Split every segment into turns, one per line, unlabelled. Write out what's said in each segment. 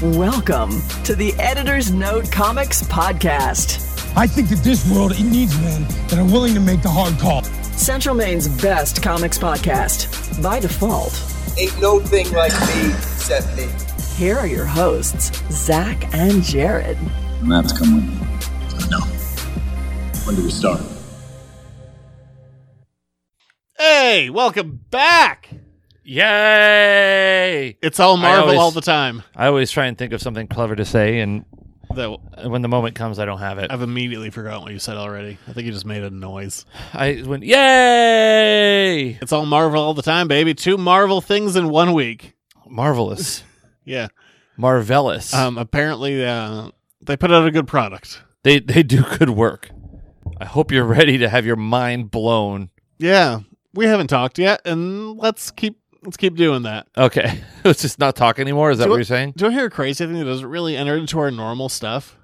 Welcome to the Editor's Note Comics Podcast,
I think that this world it needs men that are willing to make the hard call.
Central Maine's best comics podcast. By default,
ain't no thing like me, except me.
here are your hosts, Zach and Jared.
Matt's coming. No. When do we start?
Hey, welcome back.
Yay!
It's all Marvel
always-
all the time.
I always try and think of something clever to say, and
Though
when the moment comes, I don't have it.
I've immediately forgotten what you said already. I think you just made a noise.
I went, yay!
It's all Marvel all the time, baby. Two Marvel things in one week.
Marvelous.
Yeah.
Marvelous.
Um apparently uh they put out a good product.
they, they do good work. I hope you're ready to have your mind blown.
Yeah. We haven't talked yet and let's keep let's keep doing that.
Okay. Let's just not talk anymore. Is that
Do
what
I-
you're saying?
Do I hear a crazy thing that doesn't really enter into our normal stuff?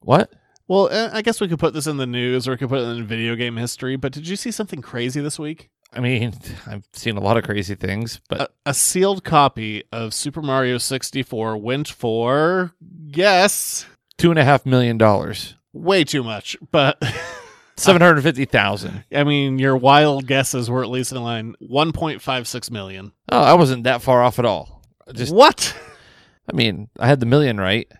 What?
Well, uh, I guess we could put this in the news or we could put it in video game history, but did you see something crazy this week?
I mean, I've seen a lot of crazy things, but
a, a sealed copy of Super Mario 64 went for guess
two and a half million dollars.
way too much, but
750,000.
I mean your wild guesses were at least in line 1.56 million.
Oh, I wasn't that far off at all. Just,
what?
I mean, I had the million right.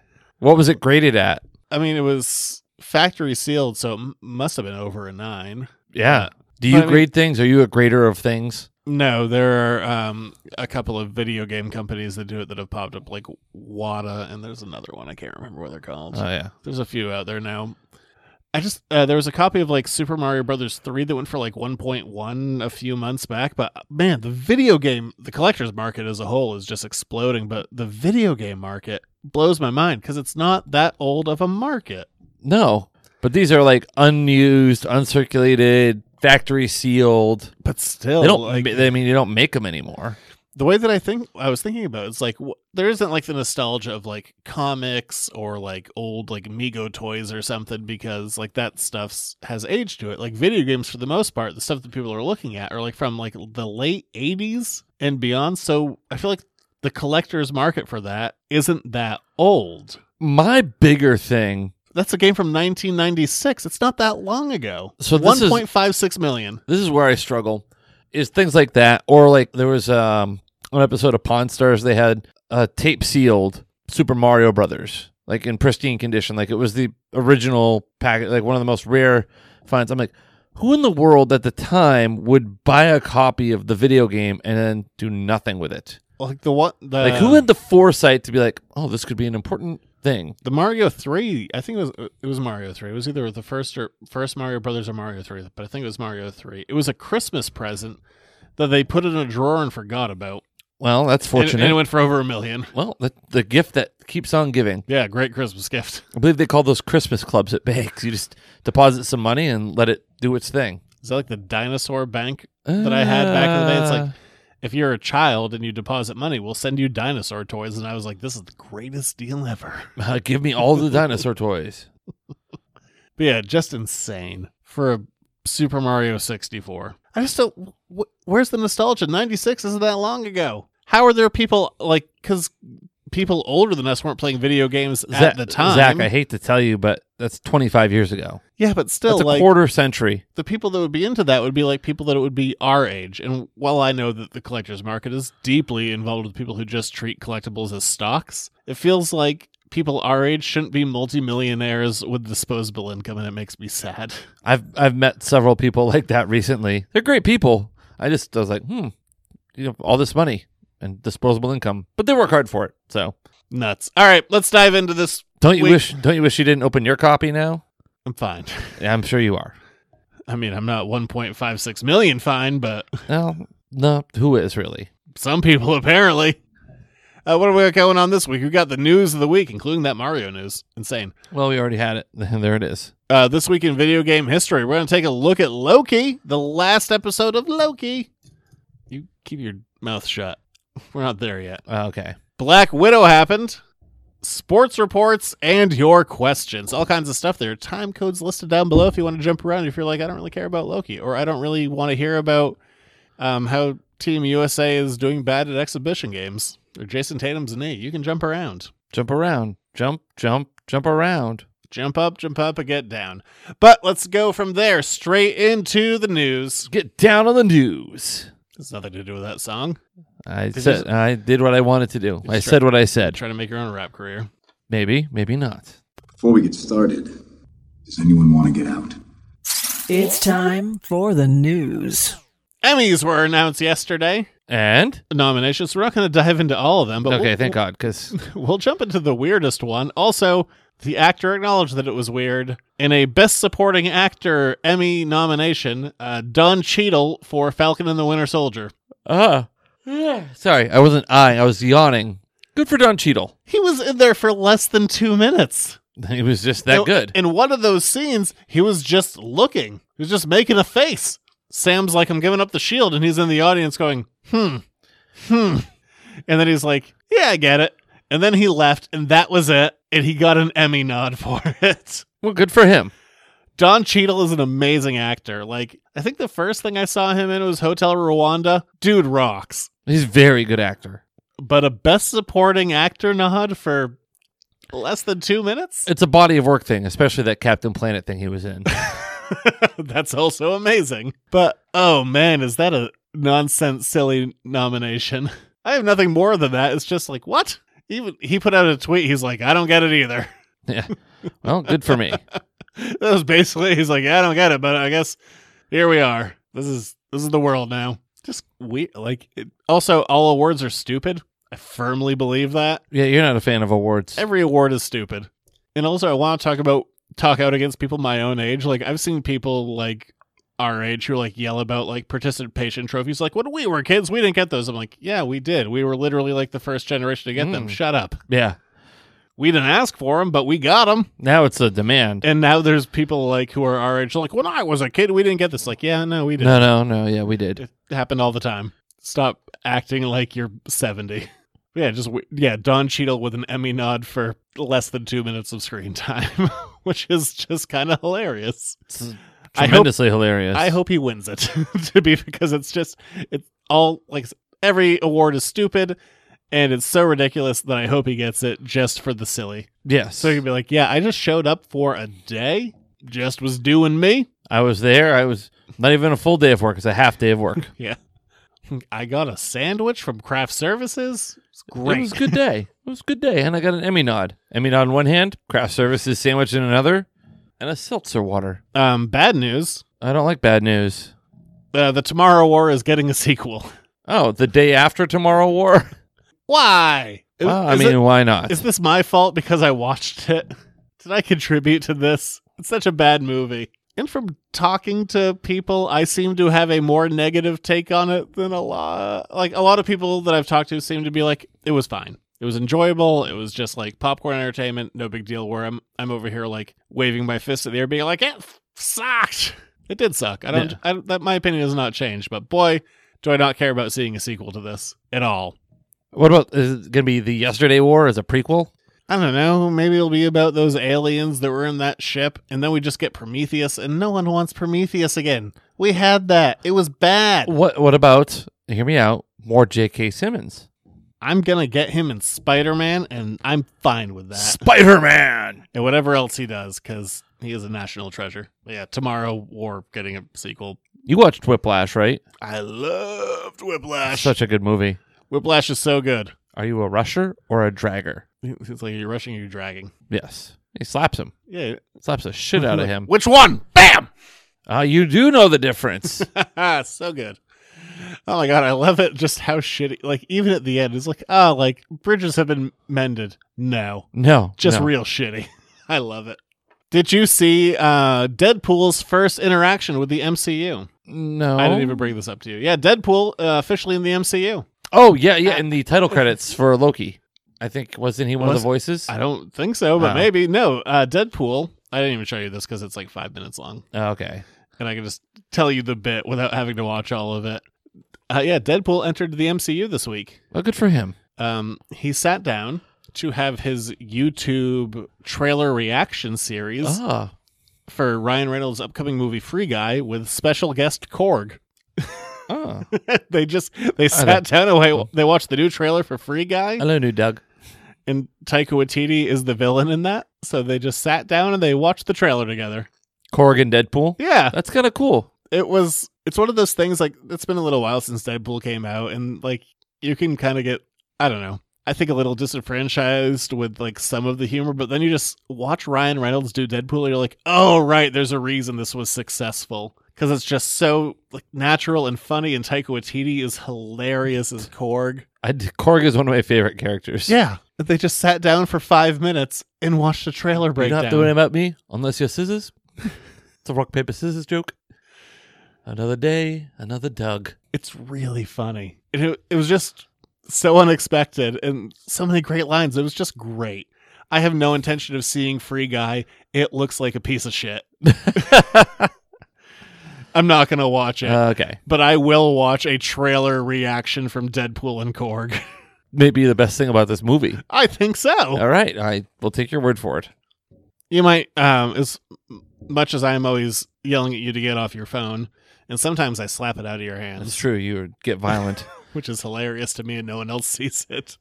What was it graded at?
I mean it was factory sealed so it m- must have been over a 9.
Yeah. Do
But
you
I mean-
grade things? Are you a grader of things?
No, there are um, a couple of video game companies that do it that have popped up like WADA and there's another one I can't remember what they're called.
Oh yeah.
There's a few out there now. I just uh, there was a copy of like Super Mario Brothers three that went for like 1.1 a few months back, but man, the video game, the collector's market as a whole is just exploding. But the video game market blows my mind because it's not that old of a market.
No, but these are like unused, uncirculated, factory sealed.
But still,
they don't.
like,
I mean, you don't make them anymore.
the way that I think I was thinking about it's like wh- there isn't like the nostalgia of like comics or like old like Mego toys or something because like that stuff's has age to it. Like video games for the most part, the stuff that people are looking at are like from like the late 80s and beyond. So I feel like the collector's market for that isn't that old.
My bigger thing.
That's a game from 1996. It's not that long ago.
So this is-
1.56 million.
This is where I struggle. Is things like that, or like there was um one episode of Pawn Stars. They had a tape sealed Super Mario Brothers, like in pristine condition, like it was the original packet, like one of the most rare finds. I'm like. Who in the world at the time would buy a copy of the video game and then do nothing with it?
Like the one the
Like, who had the foresight to be like, oh, this could be an important thing?
The Mario three, I think it was it was Mario three. It was either the first or first Mario Brothers or Mario three, but I think it was Mario three. It was a Christmas present that they put in a drawer and forgot about.
Well, that's
And,
fortunate.
and it went for over a million.
well, the, the gift that keeps on giving.
Yeah, great Christmas gift.
I believe they call those Christmas clubs at banks. You just deposit some money and let it do its thing.
Is that like the dinosaur bank that I had back in the day? It's like
Uh.
if you're a child and you deposit money, we'll send you dinosaur toys. And I was like, this is the greatest deal ever.
Uh, give me all the dinosaur toys.
But yeah, just insane for a Super Mario 64. I just don't. Wh- where's the nostalgia? 96 isn't that long ago. How are there people like? Because people older than us weren't playing video games at
Zach-
the time.
Zach, I hate to tell you, but that's 25 years ago.
yeah, but still,
That's a
like
quarter century.
the people that would be into that would be like people that it would be our age. And while I know that the collector's market is deeply involved with people who just treat collectibles as stocks, it feels like people our age shouldn't be multimillionaires with disposable income, and it makes me sad.
I've I've met several people like that recently. They're great people. I just I was like, hmm, you know, all this money and disposable income, but they work hard for it. So
Nuts. All right, let's dive into this.
don't you
week-
wish don't you wish you didn't open your copy now?
I'm fine.
Yeah, I'm sure you are.
I mean, I'm not 1.56 million fine, but
Well, no, who is really?
some people apparently. Uh, what are we got going on this week? We got the news of the week, including that Mario news. Insane.
Well, we already had it. there it is.
Uh, this week in video game history, we're going to take a look at Loki, the last episode of Loki. You keep your mouth shut. We're not there yet.
Uh, Okay.
Black Widow happened, sports reports, and your questions. All kinds of stuff there. Time codes listed down below if you want to jump around. If you're like, I don't really care about Loki, or I don't really want to hear about um, how Team USA is doing bad at exhibition games, or Jason Tatum's knee, you can jump around.
Jump around. Jump, jump, jump around.
Jump up, jump up, and get down. But let's go from there straight into the news.
Get down on the news.
It's nothing to do with that song.
I
This
said
is-
I did what I wanted to do. I
It's
said what I said.
Trying to make your own rap career.
Maybe, maybe not.
Before we get started, does anyone want to get out?
It's time for the news.
Emmys were announced yesterday.
And
Nominations. We're not going to dive into all of them, but
okay,
we'll,
thank God, because
we'll jump into the weirdest one. Also, the actor acknowledged that it was weird in a Best Supporting Actor Emmy nomination. Uh, Don Cheadle for Falcon and the Winter Soldier.
uh, sorry, I wasn't eyeing. I was yawning. Good for Don Cheadle.
He was in there for less than two minutes.
He was just that
In-
good.
In one of those scenes, he was just looking. He was just making a face. Sam's like, I'm giving up the shield, and he's in the audience going, hmm, hmm. And then he's like, Yeah, I get it. And then he left, and that was it. And he got an Emmy nod for it.
well, good for him.
Don Cheadle is an amazing actor. Like, I think the first thing I saw him in was Hotel Rwanda. Dude rocks.
He's a very good actor.
But a best supporting actor nod for less than two minutes?
It's a body of work thing, especially that Captain Planet thing he was in.
That's also amazing. But oh man, is that a nonsense silly nomination? I have nothing more than that. It's just like what? Even he put out a tweet. He's like, I don't get it either.
yeah. Well, good for me.
That was basically. He's like, yeah, I don't get it, but I guess here we are. This is this is the world now. Just we like. It, also, all awards are stupid. I firmly believe that
Yeah, you're not a fan of awards.
every award is stupid. And also, I want to talk about talk out against people my own age. Like I've seen people like our age who like yell about like participation trophies. Like when we were kids, we didn't get those. I'm like, yeah, we did. We were literally like the first generation to get them.
Mm.
Shut up.
yeah.
We didn't ask for them, but we got them.
Now it's a demand.
And now there's people like who are our age. Like when I was a kid, we didn't get this. Like yeah, no, we didn't.
No, no, no. Yeah, we did.
It happened all the time. Stop acting like you're 70. Yeah, just w- yeah, Don Cheadle with an Emmy nod for less than two minutes of screen time, which is just kind of hilarious.
It's
I hope-
tremendously hilarious.
I hope he wins it to be because it's just it's all like every award is stupid, and it's so ridiculous that I hope he gets it just for the silly.
Yes.
So he can be like, yeah, I just showed up for a day, just was doing me.
I was there. I was not even a full day of work. It's a half day of work.
Yeah, I got a sandwich from Craft Services. It's great.
It was a good day. It was a good day. And I got an Emmy nod. Emmy nod in one hand, craft services sandwich in another, and a seltzer water.
Um, bad news.
I don't like bad news.
Uh, the Tomorrow War is getting a sequel.
Oh, the day after tomorrow war?
Why?
Well, I
Is
mean,
it-
why not?
is this my fault because I watched it? Did I contribute to this? It's such a bad movie. And from talking to people, I seem to have a more negative take on it than a lot. Like a lot of people that I've talked to seem to be like, it was fine. It was enjoyable. It was just like popcorn entertainment, no big deal. Where I'm, I'm over here like waving my fist at the air, being like, it sucked. It did suck. I don't.
Yeah.
I, that my opinion has not changed. But boy, do I not care about seeing a sequel to this at all.
What about is it going to be the Yesterday War as a prequel?
I don't know. Maybe it'll be about those aliens that were in that ship, and then we just get Prometheus, and no one wants Prometheus again. We had that. It was bad.
What What about? Hear me out. More J.K. Simmons,
I'm gonna get him in Spider Man, and I'm fine with that,
Spider Man.
and whatever else he does, because he is a national treasure. But yeah, tomorrow War getting a sequel.
You watched Whiplash, right?
I loved Whiplash.
Such a good movie.
Whiplash is so good.
Are you a rusher or a dragger?
It's like you're rushing, you're dragging.
Yes. He slaps him.
Yeah,
Slaps the shit out of him.
Which one? Bam!
Ah, you do know the difference.
Ah, so good. Oh my god, I love it. Just how shitty. Like even at the end, it's like, ah, like bridges have been mended. No,
no,
just
no.
real shitty. I love it. Did you see uh Deadpool's first interaction with the MCU?
No,
I didn't even bring this up to you. Yeah, Deadpool uh, officially in the MCU.
Oh yeah, yeah. In the title credits for Loki, I think wasn't he one of
Was-
the voices?
I don't think so, but
Oh.
maybe no. Uh Deadpool. I didn't even show you this because it's like five minutes long.
Oh, okay.
and I can just tell you the bit without having to watch all of it. Uh, yeah, Deadpool entered the MCU this week.
Well, good for him.
Um, he sat down to have his YouTube trailer reaction series
Ah,
for Ryan Reynolds' upcoming movie Free Guy with special guest Korg.
ah.
they just they sat down and wa- they watched the new trailer for Free Guy
Hello, new Doug.
and Taika Waititi is the villain in that. So they just sat down and they watched the trailer together.
Corrigan Deadpool.
Yeah,
That's kind of cool.
it was. It's one of those things like it's been a little while since Deadpool came out, and like you can kind of get I don't know. I think a little disenfranchised with like some of the humor, but then you just watch Ryan Reynolds do Deadpool, and you're like, oh right, there's a reason this was successful because it's just so like natural and funny, and Taika Waititi is hilarious as Korg.
I, Korg is one of my favorite characters.
Yeah. They just sat down for five minutes and watched a trailer
You're
breakdown.
not doing it about me unless you're scissors. it's a rock, paper, scissors joke. Another day, another Doug.
It's really funny. It, it was just so unexpected and so many great lines. It was just great. I have no intention of seeing Free Guy. It looks like a piece of shit. I'm not going to watch it,
Uh, okay.
but I will watch a trailer reaction from Deadpool and Korg.
Maybe the best thing about this movie.
I think so.
All right. I will take your word for it.
you might um as much as i'm always yelling at you to get off your phone and sometimes i slap it out of your
It's
hands
true. You get violent.
which is hilarious to me and no one else sees it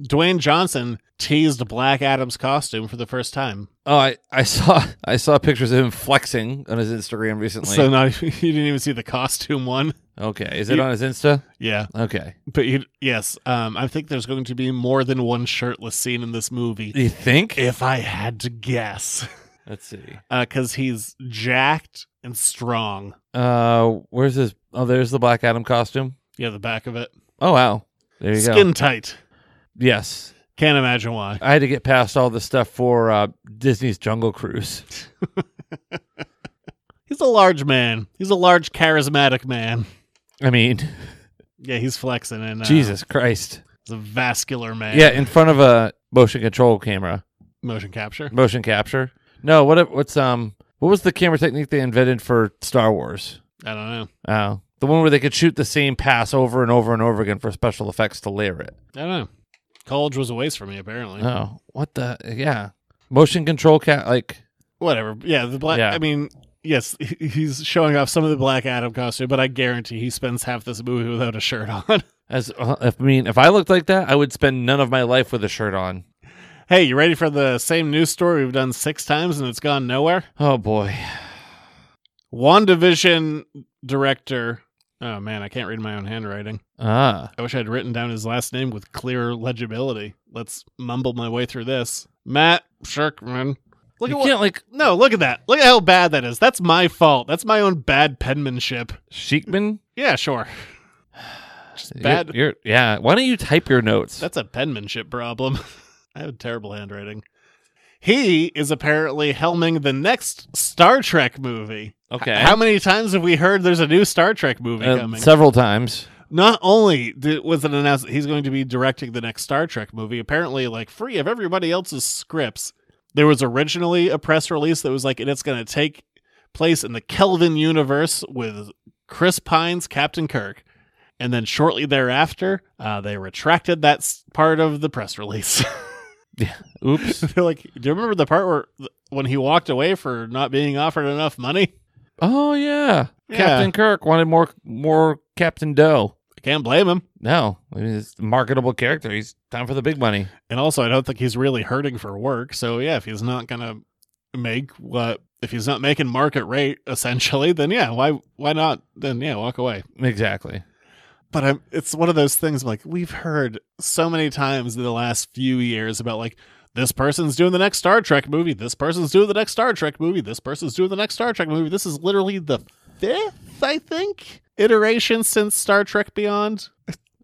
dwayne johnson teased black adam's costume for the first time
oh, I, I saw I saw pictures of him flexing on his Instagram recently.
so now you didn't even see the costume one
okay. Is it
You-
on his Insta?
yeah
Okay.
but you yes um i think there's going to be more than one shirtless scene in this movie
You think?
if i had to guess
Let's see.
because he's jacked and strong
Uh, where's his? Oh, there's the Black Adam costume.
yeah the back of it
Oh wow. There you
skin
go.
tight
Yes.
can't imagine why
I had to get past all the stuff for uh, Disney's Jungle Cruise.
He's a large man. He's a large, charismatic man.
I mean,
Yeah, he's flexing and uh,
Jesus Christ.
he's a vascular man.
Yeah, in front of a motion control camera,
motion capture.
motion capture. No, what what's um what was the camera technique they invented for Star Wars?
I don't know.
Oh, the one where they could shoot the same pass over and over and over again for special effects to layer it.
I don't know. College was a waste for me, apparently.
Oh, what the yeah. Motion control cat like
Whatever. Yeah, the black.
Yeah.
I mean, yes, he- he's showing off some of the Black Adam costume, but I guarantee he spends half this movie without a shirt on.
as uh, if, I mean, if I looked like that, I would spend none of my life with a shirt on.
hey, you ready for the same news story we've done six times and it's gone nowhere?
Oh boy.
Wandavision director. Oh man, I can't read my own handwriting.
Ah.
I wish I'd written down his last name with clear legibility. Let's mumble my way through this. Matt Shirkman. Look
you
at
can't
what,
like
no, look at that. Look at how bad that is. That's my fault. That's my own bad penmanship.
Sheikman?
Yeah, sure. Just
You're-
bad.
You're, yeah. Why don't you type your notes?
That's a penmanship problem. I have terrible handwriting. He is apparently helming the next Star Trek movie.
Okay.
How many times have we heard there's a new Star Trek movie
Uh,
coming?
several times.
not only did, was it announced that he's going to be directing the next Star Trek movie, apparently, like free of everybody else's scripts, there was originally a press release that was like, and it's going to take place in the Kelvin universe with Chris Pine's Captain Kirk. And then shortly thereafter, uh, they retracted that s- part of the press release.
Oops.
They're like, do you remember the part where when he walked away for not being offered enough money?
Oh yeah.
Yeah.
Captain Kirk wanted more more Captain Doe.
I can't blame him.
No, I mean, it's a marketable character. He's time for the big money.
And also, I don't think he's really hurting for work. So yeah, if he's not gonna make what, if he's not making market rate essentially, then yeah, why why not? Then yeah, walk away.
Exactly.
But I'm, it's one of those things like we've heard so many times in the last few years about like this person's doing the next Star Trek movie, this person's doing the next Star Trek movie, this person's doing the next Star Trek movie. This is literally the fifth, I think, iteration since Star Trek Beyond.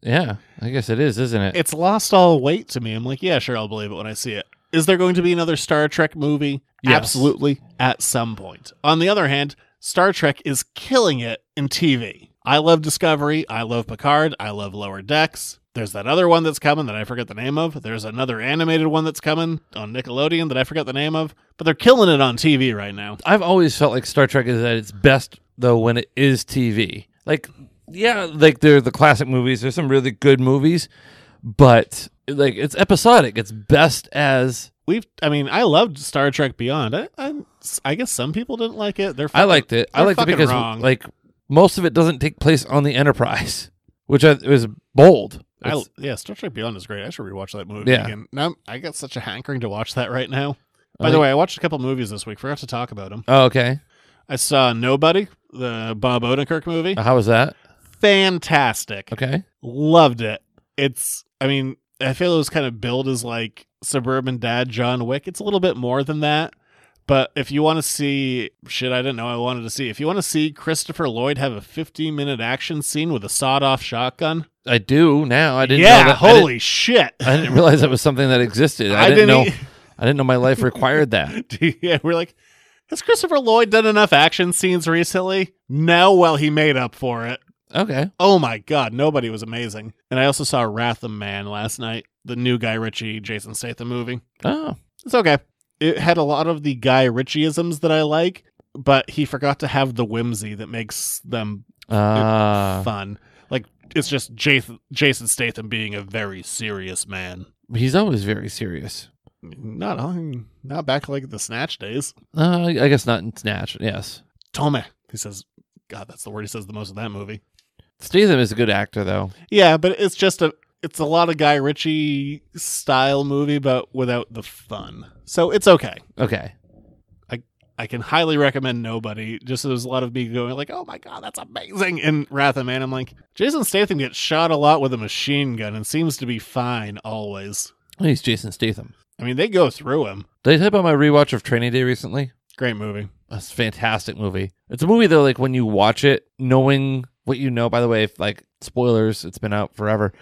Yeah, I guess it is, isn't it?
it's lost all weight to me. I'm like, yeah, sure, I'll believe it when I see it. Is there going to be another Star Trek movie?
Yes.
Absolutely, at some point. On the other hand, Star Trek is killing it in TV. I love Discovery. I love Picard. I love Lower Decks. There's that other one that's coming that I forget the name of. There's another animated one that's coming on Nickelodeon that I forget the name of. But they're killing it on TV right now.
I've always felt like Star Trek is at its best though when it is TV. Like, yeah, like they're the classic movies. There's some really good movies, but like it's episodic. It's best as
We've, I mean, I loved Star Trek Beyond. I, I, I guess some people didn't like it. They're
I liked it. I
They're
liked it
fucking
because
wrong.
like most of it doesn't take place on the Enterprise, which I, was bold.
I,
It's-
yeah, Star Trek Beyond is great. I should rewatch that movie
Yeah.
again. Now I'm- I got such a hankering to watch that right now.
I
By the
think-
way, I watched a couple movies this week. Forgot to talk about them.
Oh, okay.
I saw Nobody, the Bob Odenkirk movie.
How was that?
Fantastic.
Okay.
Loved it. It's, I mean, I feel it was kind of billed as like suburban dad John Wick. It's a little bit more than that. But if you want to see shit, I didn't know I wanted to see. If you want to see Christopher Lloyd have a 15 minute action scene with a sawed off shotgun,
I do now. I didn't.
yeah,
know that. I didn't-
holy shit.
I didn't realize that was something that existed. I,
I
didn't,
didn't e-
know. I didn't know my life required that.
yeah, we're like, has Christopher Lloyd done enough action scenes recently? No, well, he made up for it.
Okay.
Oh my god, nobody was amazing. And I also saw Wrath of Man last night, the new Guy Ritchie, Jason Statham movie.
Oh,
It's okay. It had a lot of the Guy Ritchieisms that I like, but he forgot to have the whimsy that makes them
uh,
fun. Like it's just Jason, Jason Statham being a very serious man.
he's always very serious.
Not uh, not back like the Snatch days.
Uh, I guess not in Snatch. Yes,
Tome. He says, God, that's the word he says the most in that movie.
Statham is a good actor, though.
Yeah, but it's just a it's a lot of Guy Ritchie style movie, but without the fun. So it's okay.
Okay.
I can highly recommend Nobody. Just there's a lot of me going like, oh my god, that's amazing. And Wrath of Man, I'm like, Jason Statham gets shot a lot with a machine gun and seems to be fine always.
Well, he's Jason Statham.
I mean, they go through him.
Did I tell you about my rewatch of Training Day recently?
Great movie.
That's a fantastic movie. It's a movie though, like when you watch it, knowing what you know. By the way, if like spoilers, it's been out forever.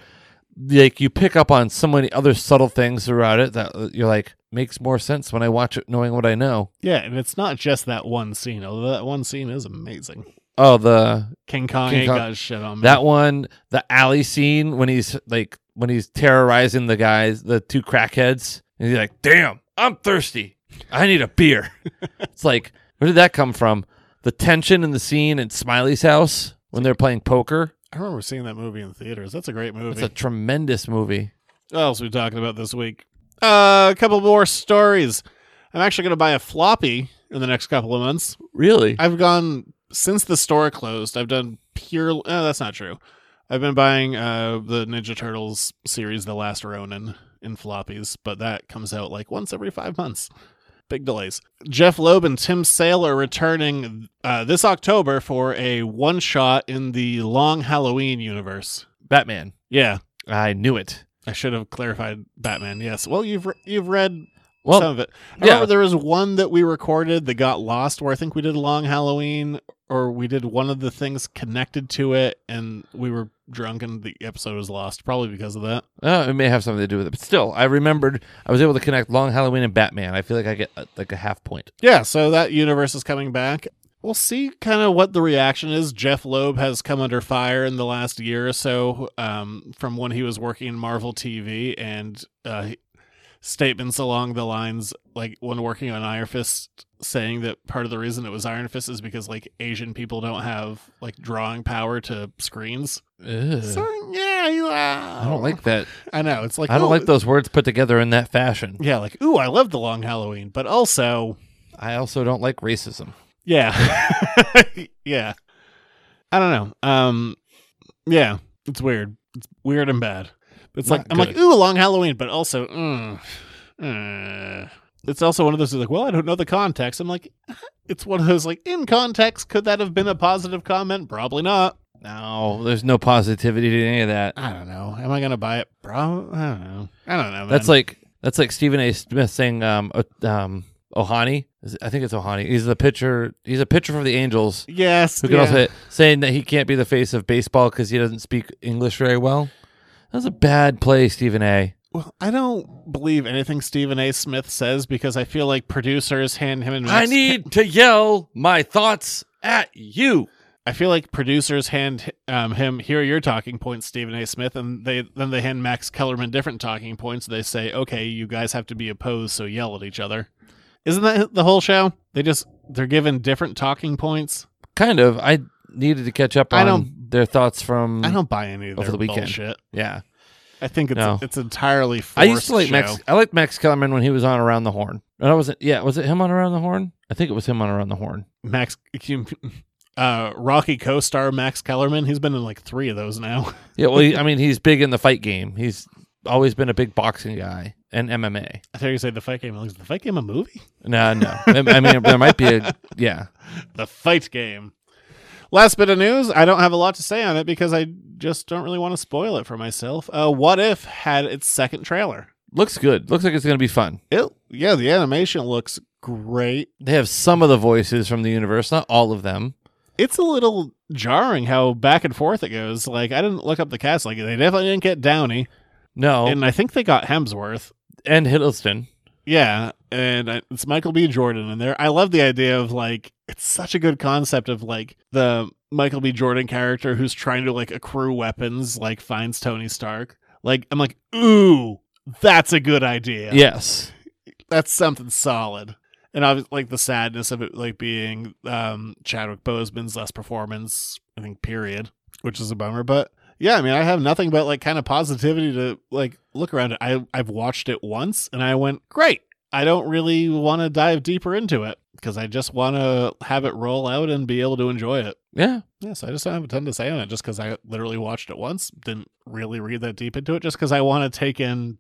Like you pick up on so many other subtle things throughout it that uh, you're like makes more sense when I watch it, knowing what I know.
Yeah, and it's not just that one scene, although that one scene is amazing.
Oh, the
King Kong,
King
ain't
Kong-
got shit on me.
that one, the alley scene when he's like when he's terrorizing the guys, the two crackheads, and he's like, "Damn, I'm thirsty. I need a beer." it's like, where did that come from? The tension in the scene in Smiley's house when they're playing poker.
I remember seeing that movie in theaters. That's a great movie.
It's a tremendous movie.
What else are we talking about this week? Uh, a couple more stories. I'm actually going to buy a floppy in the next couple of months.
Really?
I've gone since the store closed. I've done pure. Uh, that's not true. I've been buying uh, the Ninja Turtles series, The Last Ronin, in floppies, but that comes out like once every five months. Big delays. Jeff Loeb and Tim Sale are returning uh, this October for a one shot in the Long Halloween universe.
Batman.
Yeah,
I knew it.
I should have clarified Batman. Yes. Well, you've re- you've read
Well,
some of it. I
yeah.
remember there was one that we recorded that got lost where I think we did Long Halloween or we did one of the things connected to it and we were drunk and the episode was lost probably because of that.
uh, it may have something to do with it, but still, I remembered. I was able to connect Long Halloween and Batman. I feel like I get uh, like a half point.
Yeah, so that universe is coming back. We'll see kind of what the reaction is. Jeff Loeb has come under fire in the last year or so um, from when he was working in Marvel TV and uh, he- statements along the lines like when working on Iron Fist saying that part of the reason it was Iron Fist is because like Asian people don't have like drawing power to screens.
Ugh.
So yeah, you, uh,
I don't like that.
I know it's like
I don't
oh,
like those words put together in that fashion.
Yeah, like ooh, I love the Long Halloween, but also
I also don't like racism.
Yeah. yeah. I don't know. Um yeah, it's weird. It's weird and bad. It's
Not
like I'm like,
good.
ooh, a long Halloween, but also mm, uh. it's also one of those like, well, I don't know the context. I'm like, it's one of those like in context, could that have been a positive comment? Probably not.
No, Ah, there's no positivity to any of that.
I don't know. Am I gonna buy it? Probably. I don't know. I don't know. Man.
That's like that's like Stephen A. Smith saying um uh, um Ohani. Is it- I think it's Ohani. He's the pitcher. He's a pitcher for the Angels.
yes.
who can
yeah.
also hit, saying that he can't be the face of baseball because he doesn't speak English very well. That's a bad play, Stephen A.
Well, I don't believe anything Stephen A. Smith says because I feel like producers hand him and Max
to yell my thoughts at you.
I feel like producers hand um, him here are your talking points, Stephen A. Smith, and they then they hand Max Kellerman different talking points. They say, "Okay, you guys have to be opposed, so yell at each other." Isn't that the whole show? They just they're given different talking points.
Kind of. I needed to catch up on
I don't-
their thoughts from.
I don't buy any of
Mm. Over
their
the weekend.
bullshit.
Yeah,
I think it's
No.
it's entirely. Forced
I used to like
show.
Max. I liked Max Kellerman when he was on Around the Horn. And I wasn't. Yeah, was it him on Around the Horn? I think it was him on Around the Horn.
Max. you- uh, Rocky co-star Max Kellerman. He's been in like three of those now.
Yeah, well, he, I mean, he's big in the fight game. He's always been a big boxing guy and MMA.
I thought you say the fight game. I'm like, Is the fight game a movie?
No, no. I I mean, there might be a yeah.
The fight game. Last bit of news. I don't have a lot to say on it because I just don't really want to spoil it for myself. Uh, what if had its second trailer?
Looks good. Looks like it's gonna be fun.
It yeah, the animation looks great.
They have some of the voices from the universe, not all of them.
It's a little jarring how back and forth it goes. Like I didn't look up the cast. Like they definitely didn't get Downey,
No, and,
and I think they got Hemsworth.
Hiddleston.
Yeah, and I, it's Michael B. Jordan in there. I love the idea of like it's such a good concept of like the Michael B. Jordan character who's trying to like accrue weapons, like finds Tony Stark. Like I'm like, ooh, that's a good idea.
Yes,
that's something solid. And obviously, like the sadness of it, like being um, Chadwick Boseman's last performance, I think, period, which is a bummer. But yeah, I mean, I have nothing but like kind of positivity to like look around it. I I've watched it once, and I went great. I don't really want to dive deeper into it because I just want to have it roll out and be able to enjoy it.
yeah.
Yeah, so I just don't have a ton to say on it just because I literally watched it once, didn't really read that deep into it, just because I want to take in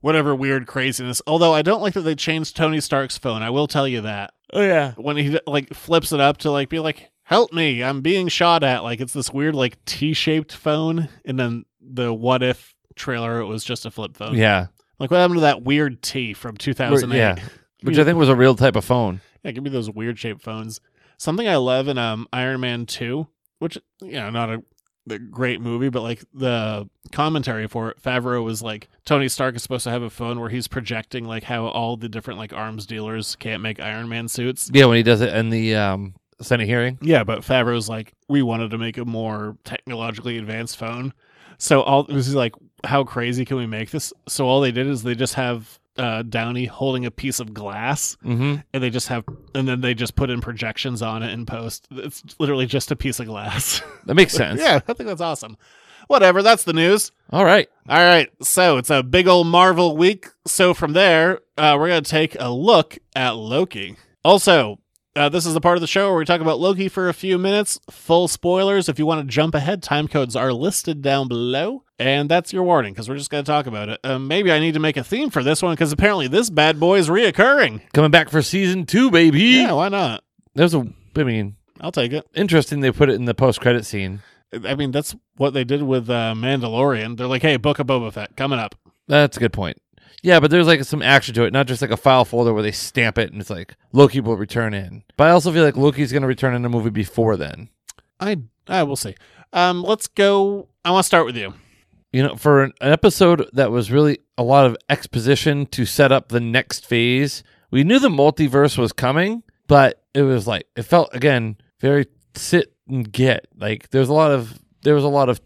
whatever weird craziness. Although I don't like that they changed Tony Stark's phone. I will tell you that.
Oh yeah.
When he like flips it up to like be like, help me, I'm being shot at. Like it's this weird like T shaped phone. And then the what if trailer, it was just a flip phone.
Yeah.
Like what happened to that weird T from 2008?
Yeah. Which I think was a real type of phone.
Yeah, give me those weird shaped phones. Something I love in um Iron Man Two, which you know, not a the great movie, but like the commentary for it, Favreau was like Tony Stark is supposed to have a phone where he's projecting like how all the different like arms dealers can't make Iron Man suits.
Yeah, when he does it in the um, Senate hearing.
Yeah, but Favreau's like, we wanted to make a more technologically advanced phone. So all it was like, how crazy can we make this? So all they did is they just have uh, Downey holding a piece of glass
Mm-hmm.
and they just have and then they just put in projections on it in post it's literally just a piece of glass
That makes sense.
yeah i think that's awesome whatever that's the news
All right.
all right so it's a big old marvel week so from there uh, we're gonna take a look at loki also uh, this is the part of the show where we talk about Loki for a few minutes. Full spoilers. If you want to jump ahead, time codes are listed down below. And that's your warning because we're just going to talk about it. Uh, maybe I need to make a theme for this one because apparently this bad boy is reoccurring.
Coming back for season two, baby.
Yeah, why not?
There's a. I mean,
I'll take it.
interesting. They put it in the post credit scene.
I mean, that's what they did with uh, Mandalorian. They're like, hey, Book of Boba Fett coming up.
That's a good point. Yeah, but there's like some action to it, not just like a file folder where they stamp it and it's like Loki will return in. But I also feel like Loki's going to return in a movie before then.
I, I will see. Um, let's go. I want to start with you.
You know, for an an episode that was really a lot of exposition to set up the next phase, we knew the multiverse was coming, but it was like it felt again very sit and get. Like there's a lot of there was a lot of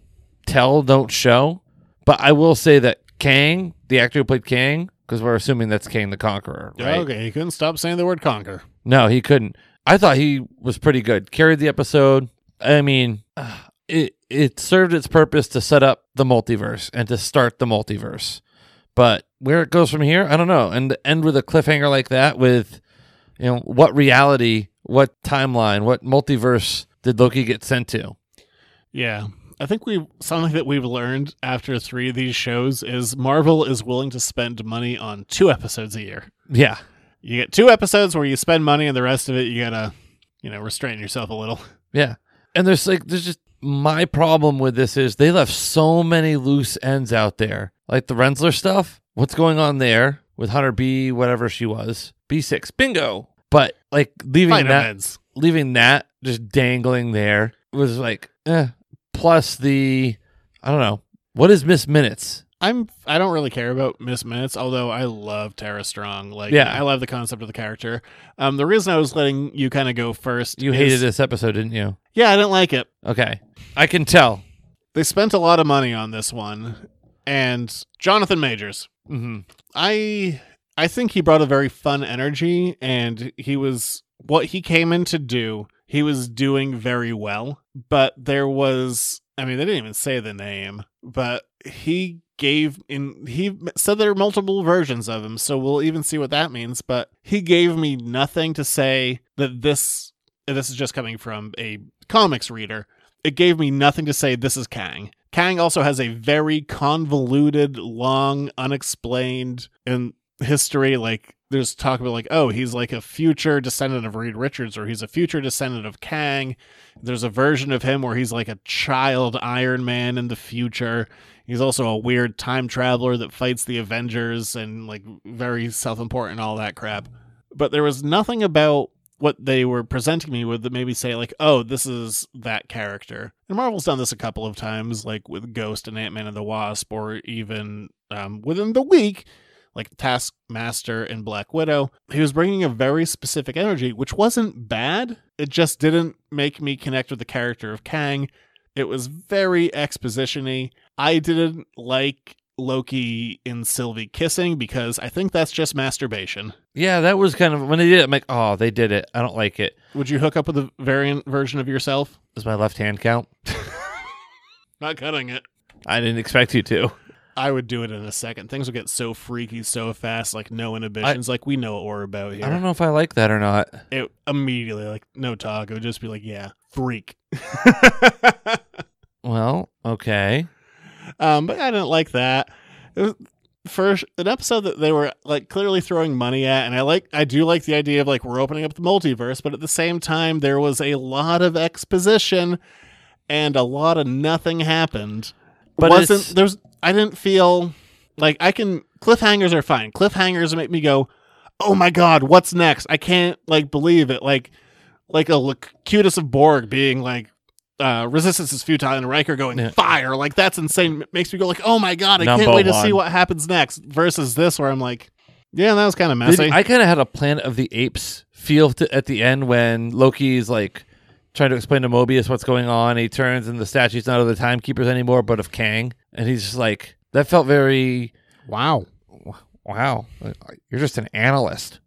tell don't show. But I will say that Kang, the actor who played Kang, because we're assuming that's Kang the Conqueror, right?
Okay, you couldn't stop saying the word conquer.
No, he couldn't. I thought he was pretty good. Carried the episode. I mean, uh, it it served its purpose to set up the multiverse and to start the multiverse. But where it goes from here, I don't know. And to end with a cliffhanger like that, with you know, what reality, what timeline, what multiverse did Loki get sent to?
Yeah. I think we something that we've learned after three of these shows is Marvel is willing to spend money on two episodes a year.
Yeah,
You get two episodes where you spend money, and the rest of it you gotta, you know, restrain yourself a little.
yeah. And there's like, there's just my problem with this is they left so many loose ends out there, like the Rensler stuff. What's going on there with Hunter B, whatever she was, B six, bingo. But like leaving
Fine
that,
ends.
leaving that just dangling there was like, eh. Plus the, I don't know, what is Miss Minutes?
I'm I don't really care about Miss Minutes, although I love Tara Strong. Like
Yeah.
I love the concept of the character. Um the reason I was letting you kind of go first
You
is-
hated this episode, didn't you?
Yeah, I didn't like it.
Okay, I can tell.
They spent a lot of money on this one. And Jonathan Majors.
Mm-hmm.
I I think he brought a very fun energy and he was what he came in to do, he was doing very well. But there was I mean, they didn't even say the name, but he gave in he said there are multiple versions of him, so we'll even see what that means, but he gave me nothing to say that this and this is just coming from a comics reader, it gave me nothing to say this is Kang. Kang also has a very convoluted, long, unexplained and history. Like there's talk about like, oh, he's like a future descendant of Reed Richards, or he's a future descendant of Kang. There's a version of him where he's like a child Iron Man in the future. He's also a weird time traveler that fights the Avengers and like very self important, all that crap. But there was nothing about what they were presenting me with that maybe say like oh this is that character and marvel's done this a couple of times like with ghost and ant-man and the wasp or even um, within the week like taskmaster and black widow he was bringing a very specific energy which wasn't bad it just didn't make me connect with the character of kang it was very expositiony i didn't like Loki and Sylvie kissing because I think that's just masturbation.
Yeah, that was kind of when they did it. I'm like, oh, they did it. I don't like it.
Would you hook up with a variant version of yourself?
Does my left hand count?
Not cutting it.
I didn't expect you to.
I would do it in a second. Things would get so freaky so fast, like no inhibitions. like we know what we're about here.
I don't know if I like that or not.
It immediately, like no talk. It would just be like, yeah, freak.
well, okay.
Um, but I didn't like that. It was first an episode that they were like clearly throwing money at, and I like I do like the idea of like we're opening up the multiverse, but at the same time there was a lot of exposition and a lot of nothing happened.
But
But wasn't
it's-
there's I didn't feel like I can cliffhangers are fine. Cliffhangers make me go, oh my god, what's next? I can't like believe it. Like like a Locutus of Borg being like uh, resistance is futile and Riker going
Yeah.
fire like that's insane It makes me go like oh my god I
Number
can't wait to
one.
see what happens next versus this where I'm like yeah that was kind of
Did-
messy
I kind of had a Planet of the Apes feel to, at the end when Loki's like trying to explain to Mobius what's going on. He turns and the statue's not of the timekeepers anymore, but of Kang, and he's just like that felt very
wow
wow. You're just an analyst.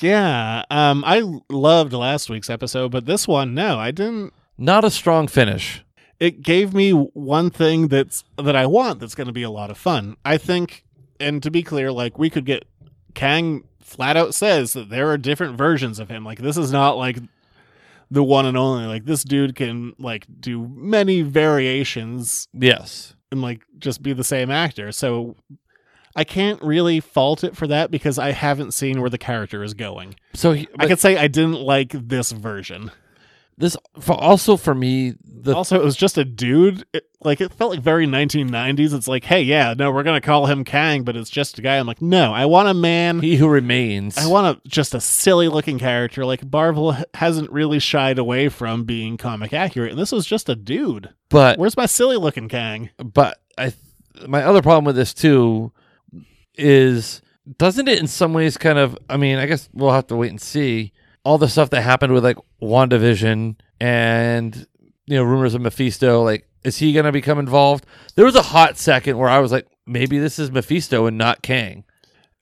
yeah um I loved last week's episode but this one no I didn't
Not a strong finish.
it gave me one thing that's that I want that's going to be a lot of fun. I think and to be clear like we could get Kang flat out says that there are different versions of him. Like this is not like the one and only. Like this dude can like do many variations
Yes.
and like just be the same actor. So I can't really fault it for that because I haven't seen where the character is going.
So he,
I
but
could say I didn't like this version.
this for, also for me the
also it was just a dude it, like it felt like very 1990s it's like hey yeah no we're gonna call him kang but it's just a guy i'm like no i want a man
he who remains.
i want a just a silly looking character like marvel h- hasn't really shied away from being comic accurate and this was just a dude
but
where's my silly looking kang
but I th- my other problem with this too is doesn't it in some ways kind of I mean I guess we'll have to wait and see all the stuff that happened with like WandaVision and you know rumors of Mephisto like is he going to become involved there was a hot second where I was like maybe this is Mephisto and not Kang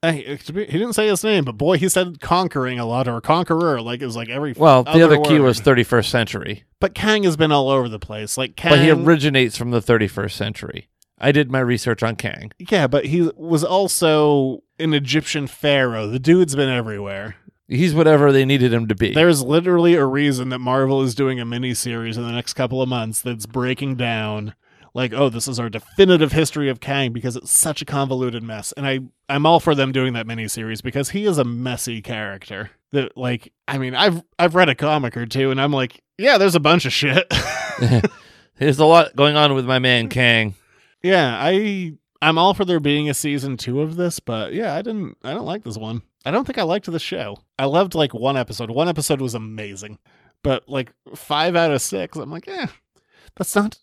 Hey, it- he didn't say his name but boy he said conquering a lot or conqueror like it was like every
well the other, key
word.
was 31st century
but kang has been all over the place like kang
but he originates from the 31st century I did my research on Kang
yeah but he was also an egyptian pharaoh the dude's been everywhere
he's whatever they needed him to be
There's literally a reason that Marvel is doing a mini series in the next couple of months that's breaking down like oh this is our definitive history of Kang because it's such a convoluted mess and I I'm all for them doing that mini series because he is a messy character that like I mean I've I've read a comic or two and I'm like yeah there's a bunch of shit
there's a lot going on with my man Kang
yeah I I'm all for there being a season 2 of this but yeah I didn't I don't like this one I don't think I liked the show I loved like one episode one episode was amazing but like five out of six, I'm like, yeah, that's not.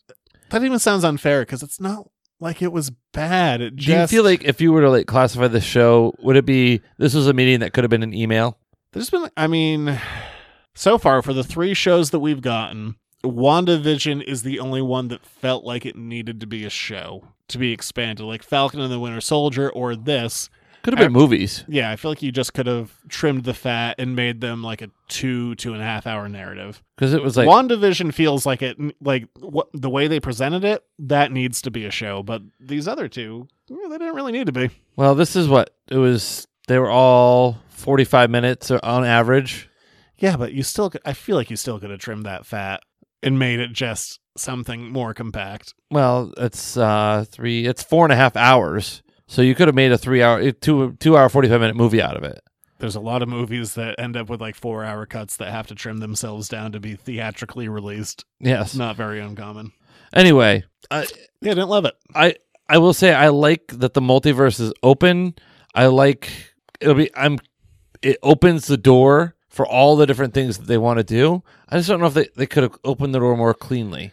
That even sounds unfair because it's not like it was bad. It
Do you
just
feel like if you were to like classify the show, would it be this was a meeting that could have been an email?
there's been? I mean, so far for the three shows that we've gotten, WandaVision is the only one that felt like it needed to be a show to be expanded, like Falcon and the Winter Soldier or this.
Could have been movies.
Yeah, I feel like you just could have trimmed the fat and made them like a two two and a half hour narrative.
Because it was like
WandaVision feels like it, like what the way they presented it, that needs to be a show. But these other two, yeah, they didn't really need to be.
well, this is what it was they were all forty five minutes or on average.
Yeah, but you still, could- I feel like you still could have trimmed that fat and made it just something more compact.
Well, it's uh three. It's four and a half hours. So you could have made a three hour, eh, two two hour forty five minute movie out of it.
There's a lot of movies that end up with like four hour cuts that have to trim themselves down to be theatrically released.
Yes.
It's not very uncommon.
Anyway, I
Yeah, I didn't love it.
I I will say I like that the multiverse is open. I like it'll be I'm it opens the door for all the different things that they want to do. I just don't know if they, they could have opened the door more cleanly.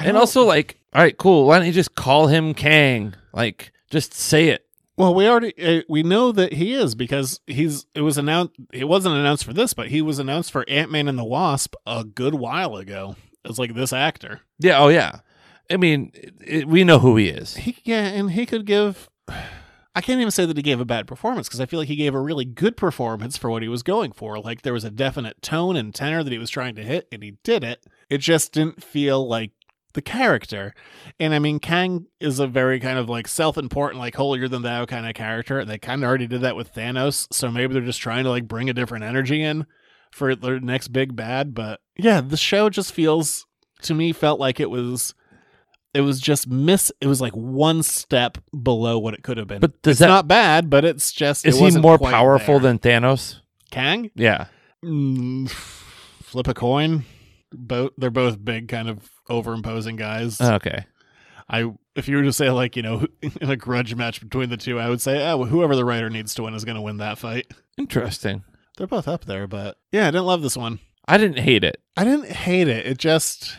And also like, all right, cool. Why don't you just call him Kang? Like just say it.
Well, we already uh, we know that he is because he's it was announced it wasn't announced for this, but he was announced for Ant Man and the Wasp a good while ago. It's like this actor.
Yeah, oh yeah. I mean, it, it, we know who he is.
He yeah, and he could give. I can't even say that he gave a bad performance because I feel like he gave a really good performance for what he was going for. Like there was a definite tone and tenor that he was trying to hit, and he did it. It just didn't feel like the character. And I mean, Kang is a very kind of like self-important, like holier than thou kind of character, and they kind of already did that with Thanos. So maybe they're just trying to like bring a different energy in for their next big bad. But yeah, the show just feels to me felt like it was it was just miss it was like one step below what it could have been
But does
it's
that-
not bad but it's just
Is
it
he
wasn't
more
quite
powerful
there.
than Thanos?
kang
Yeah.
Mm, flip a coin both they're both big kind of overimposing guys
Okay.
i if you were to say like you know in a grudge match between the two i would say oh, whoever the writer needs to win is going to win that fight
Interesting.
they're both up there but yeah i didn't love this one
I didn't hate it.
I didn't hate it. It just,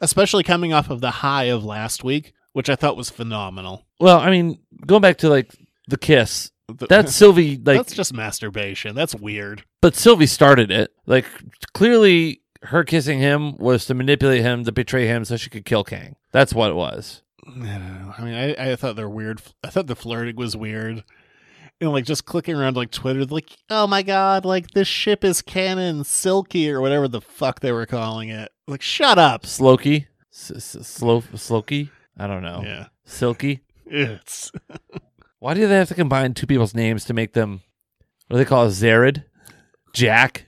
especially coming off of the high of last week, which I thought was phenomenal.
Well, I mean, going back to like the kiss,
The-
that's Sylvie. Like,
that's just masturbation. That's weird.
but Sylvie started it. Like, clearly, her kissing him was to manipulate him to betray him so she could kill Kang. That's what it was.
I don't know. I mean, I, I thought they're weird. I thought the flirting was weird. And like just clicking around like Twitter, like, oh my God, like this ship is canon silky or whatever the fuck they were calling it. Like, shut up.
Slokey, S- s- slow, Slokey. I don't know.
Yeah.
Silky.
It's
Why do they have to combine two people's names to make them? What do they call it? Zared, Jack.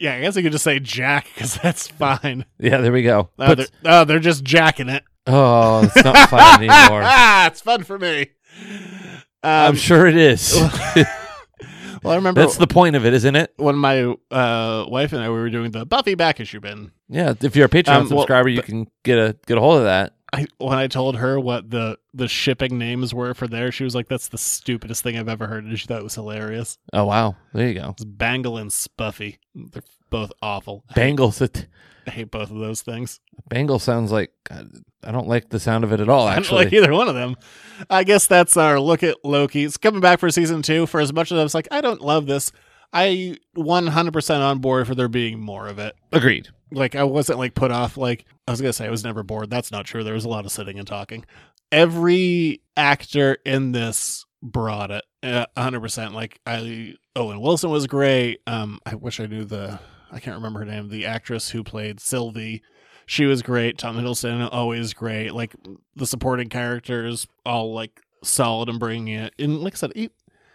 yeah, I guess you could just say Jack because that's fine.
Yeah, there we go.
Oh, they're,
But-
oh, they're just jacking it.
oh, it's not fun anymore.
ah, it's fun for me.
I'm
Um,
sure it is.
well, I remember
That's the point of it, isn't it?
when my uh, wife and I we were doing the Buffy back issue bin.
Yeah, if you're a Patreon
Um, well,
subscriber, you can get a get a hold of that.
I, when I told her what the the shipping names were for there, she was like, "That's the stupidest thing I've ever heard," and she thought it was hilarious.
Oh wow, there you go.
It's Bangle and Spuffy. They're both awful.
Bangle, sit-
I hate both of those things.
bangle sounds like God, I don't like the sound of it at all.
I
Actually,
don't like either one of them. I guess that's our look at Loki. It's coming back for season two. For as much as I was like, I don't love this. I 100% on board for there being more of it.
agreed.
like I wasn't like put off like I was gonna say I was never bored. That's not true. There was a lot of sitting and talking. Every actor in this brought it uh, hundred percent. Like I Owen Wilson was great. Um, I wish I knew the I can't remember her name. The actress who played Sylvie, she was great. Tom Hiddleston always great. Like the supporting characters all like solid and bringing it. And like I said, e-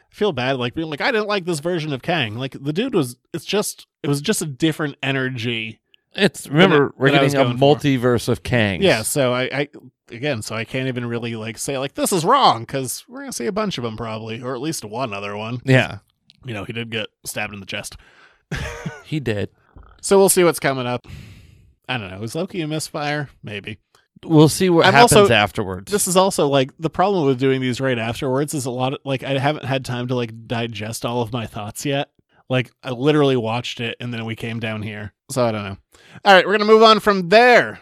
feel bad like being like I didn't like this version of Kang. Like the dude was. It's just it was just a different energy.
It's remember
That I-
we're
that I was
getting
going
a
for.
multiverse of Kangs.
Yeah, so I, I again, so I can't even really like say like this is wrong because we're gonna see a bunch of them probably, or at least one other one.
yeah,
You know, he did get stabbed in the chest,
he did.
so we'll see what's coming up. I don't know. Is Loki a misfire? Maybe.
We'll see what
I'm
happens
also-
afterwards.
This is also like the problem with doing these right afterwards is a lot of like I haven't had time to like digest all of my thoughts yet. Like I literally watched it and then we came down here. So I don't know. All right, we're gonna move on from there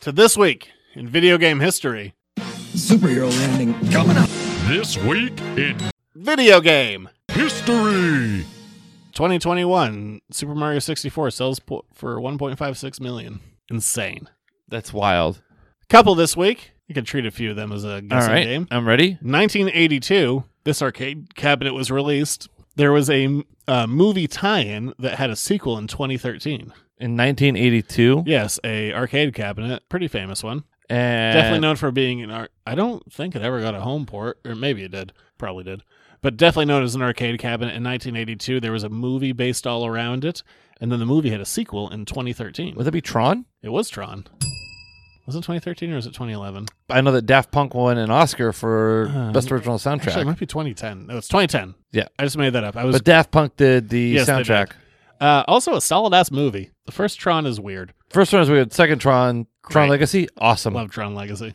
to this week in video game history.
Superhero landing coming up.
This week in
Video game.
history.
2021 Super Mario 64 sells po- for 1.56 million. Insane.
That's wild.
Couple this week. You can treat a few of them as a
All
guessing
right,
game.
I'm ready.
1982, this arcade cabinet was released. There was a uh, movie tie-in that had a sequel in 2013.
In 1982,
Yes, a arcade cabinet, pretty famous one.
And
definitely known for being an art. I don't think it ever got a home port, or maybe it did, probably did, but definitely known as an arcade cabinet. In 1982, there was a movie based all around it, and then the movie had a sequel in 2013.
Would that be Tron?
It was Tron. Was it 2013 or was it 2011?
I know that Daft Punk won an Oscar for
Uh,
best original soundtrack.
Actually, it might be 2010. No, it's 2010.
Yeah.
I just made that up. I was
but Daft Punk did the
Yes, they did.
soundtrack.
uh, also a solid ass movie. The first Tron is weird.
First one is weird. Second Tron, Tron
Great.
Legacy, awesome.
Love Tron Legacy.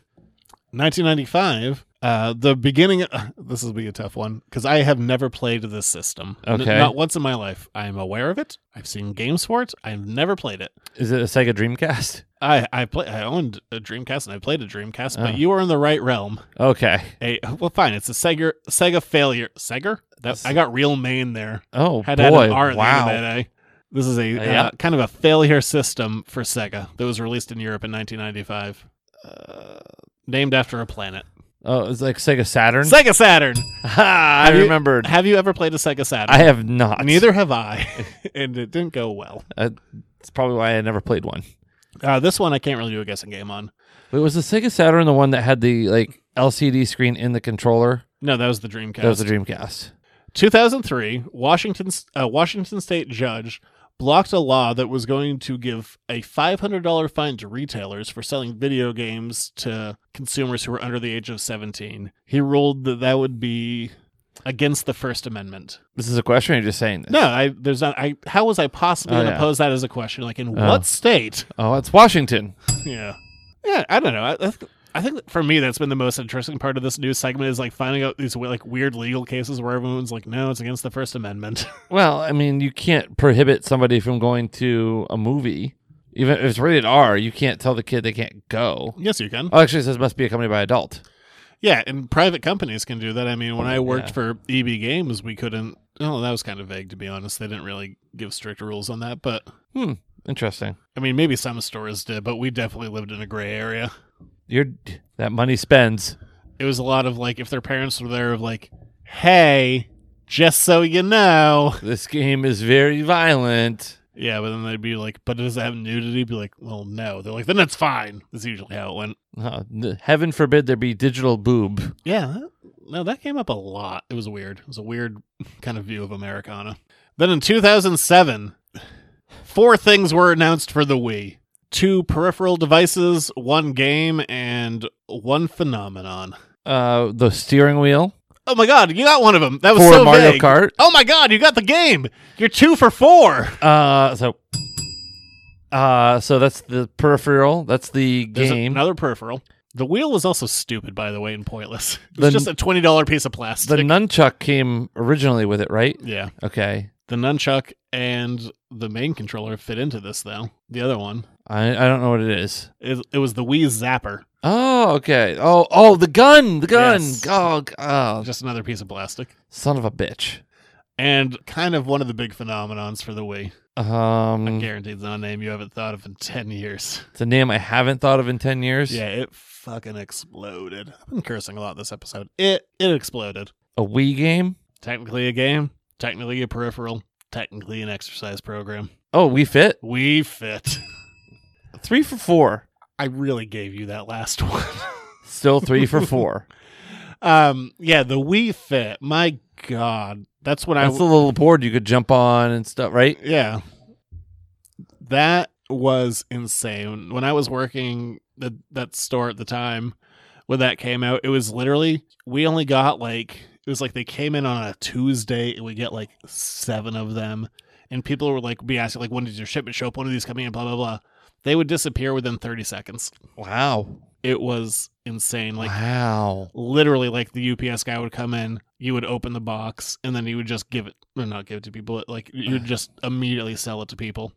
1995. Uh, the beginning. this will be a tough one because I have never played this system. N-
Okay.
not once in my life. I am aware of it. I've seen games for it. I've never played it.
Is it a Sega Dreamcast?
I I play. I owned a Dreamcast and I played a Dreamcast.
Oh.
But you are in the right realm.
Okay.
A well, fine. It's a Sega Sega failure. Sega. That I got real main there.
Oh
Had to add
boy!
an R at
wow.
the end of that. Eh? This is a
Yeah.
uh, kind of a failure system for Sega that was released in Europe in 1995, uh, named after a planet.
Oh, it's like Sega Saturn.
Sega Saturn.
ha, I
Have you-
remembered.
Have you ever played a Sega Saturn?
I have not.
Neither have I, and it didn't go well.
Uh, That's probably why I never played one.
Uh, this one I can't really do a guessing game on.
Wait, was the Sega Saturn the one that had the like LCD screen in the controller?
No, that was the Dreamcast.
That was the Dreamcast.
2003, Washington uh, Washington State judge blocked a law that was going to give a $500 fine to retailers for selling video games to consumers who were under the age of 17. He ruled that that would be against the First Amendment.
This is a question. Or you're just saying this.
No, I there's not. I how was I possibly
Oh,
going to
yeah.
pose that as a question? Like in
Oh.
what state?
Oh, it's Washington.
Yeah, yeah. I don't know. I, I th- I think that for me that's been the most interesting part of this news segment is like finding out these like weird legal cases where everyone's like, no, it's against the First Amendment.
Well, I mean, you can't prohibit somebody from going to a movie, even if it's rated R. You can't tell the kid they can't go.
yes, you can.
Oh, actually, it says must be accompanied by adult.
Yeah, and private companies can do that. I mean, when I worked
yeah.
for EB Games, we couldn't. Oh, that was kind of vague, to be honest. They didn't really give strict rules on that, but
Hmm. Interesting.
I mean, maybe some stores did, but we definitely lived in a gray area.
You're that money spends.
It was a lot of like, if their parents were there, of like, hey, just so you know.
This game is very violent.
Yeah, but then they'd be like, but does it have nudity? Be like, well, no. They're like, then that's fine. That's usually how it went.
Oh, n- heaven forbid there be digital boob.
Yeah, that, no, that came up a lot. It was weird. It was a weird kind of view of Americana. Then in 2007, four things were announced for the Wii two peripheral devices, one game, and one phenomenon.
Uh, the steering wheel.
Oh my god, you got one of them. That was
For
so
Mario
vague.
Kart?
Oh my god, you got the game. You're two for four.
Uh, so. Uh, so that's the peripheral. That's the
There's
game.
another peripheral. The wheel was also stupid, by the way, and pointless. It
The-
was just a twenty dollar piece of plastic.
the nunchuck came originally with it, right?
yeah,
Okay.
the nunchuck and the main controller fit into this though. The other one,
I I don't know what it is.
It, it was the Wii Zapper,
Oh, okay. Oh, oh, the gun, the gun.
Yes.
Oh, g- oh,
just another piece of plastic,
son of a bitch.
and kind of one of the big phenomenons for the Wii.
Um,
Guaranteed, it's not a name you haven't thought of in ten years.
it's a name I haven't thought of in ten years.
Yeah, it fucking exploded. I've been cursing a lot this episode. It it exploded.
A Wii game.
Technically a game, technically a peripheral, technically an exercise program.
Oh, Wii Fit.
We fit.
Three for four.
I really gave you that last one.
Still three for four.
um, yeah, the Wii Fit. My God, that's when I.
That's a little board you could jump on and stuff, right?
yeah, that was insane. When I was working at that store at the time, when that came out, it was literally we only got like it was like they came in on a Tuesday and we get like seven of them, and people were like be asking like when does your shipment show up? When are these coming in? Blah blah blah. They would disappear within thirty seconds.
Wow.
It was insane. Like
wow.
literally like the UPS guy would come in, you would open the box, and then you would just give it or not give it to people, but like you would just immediately sell it to people.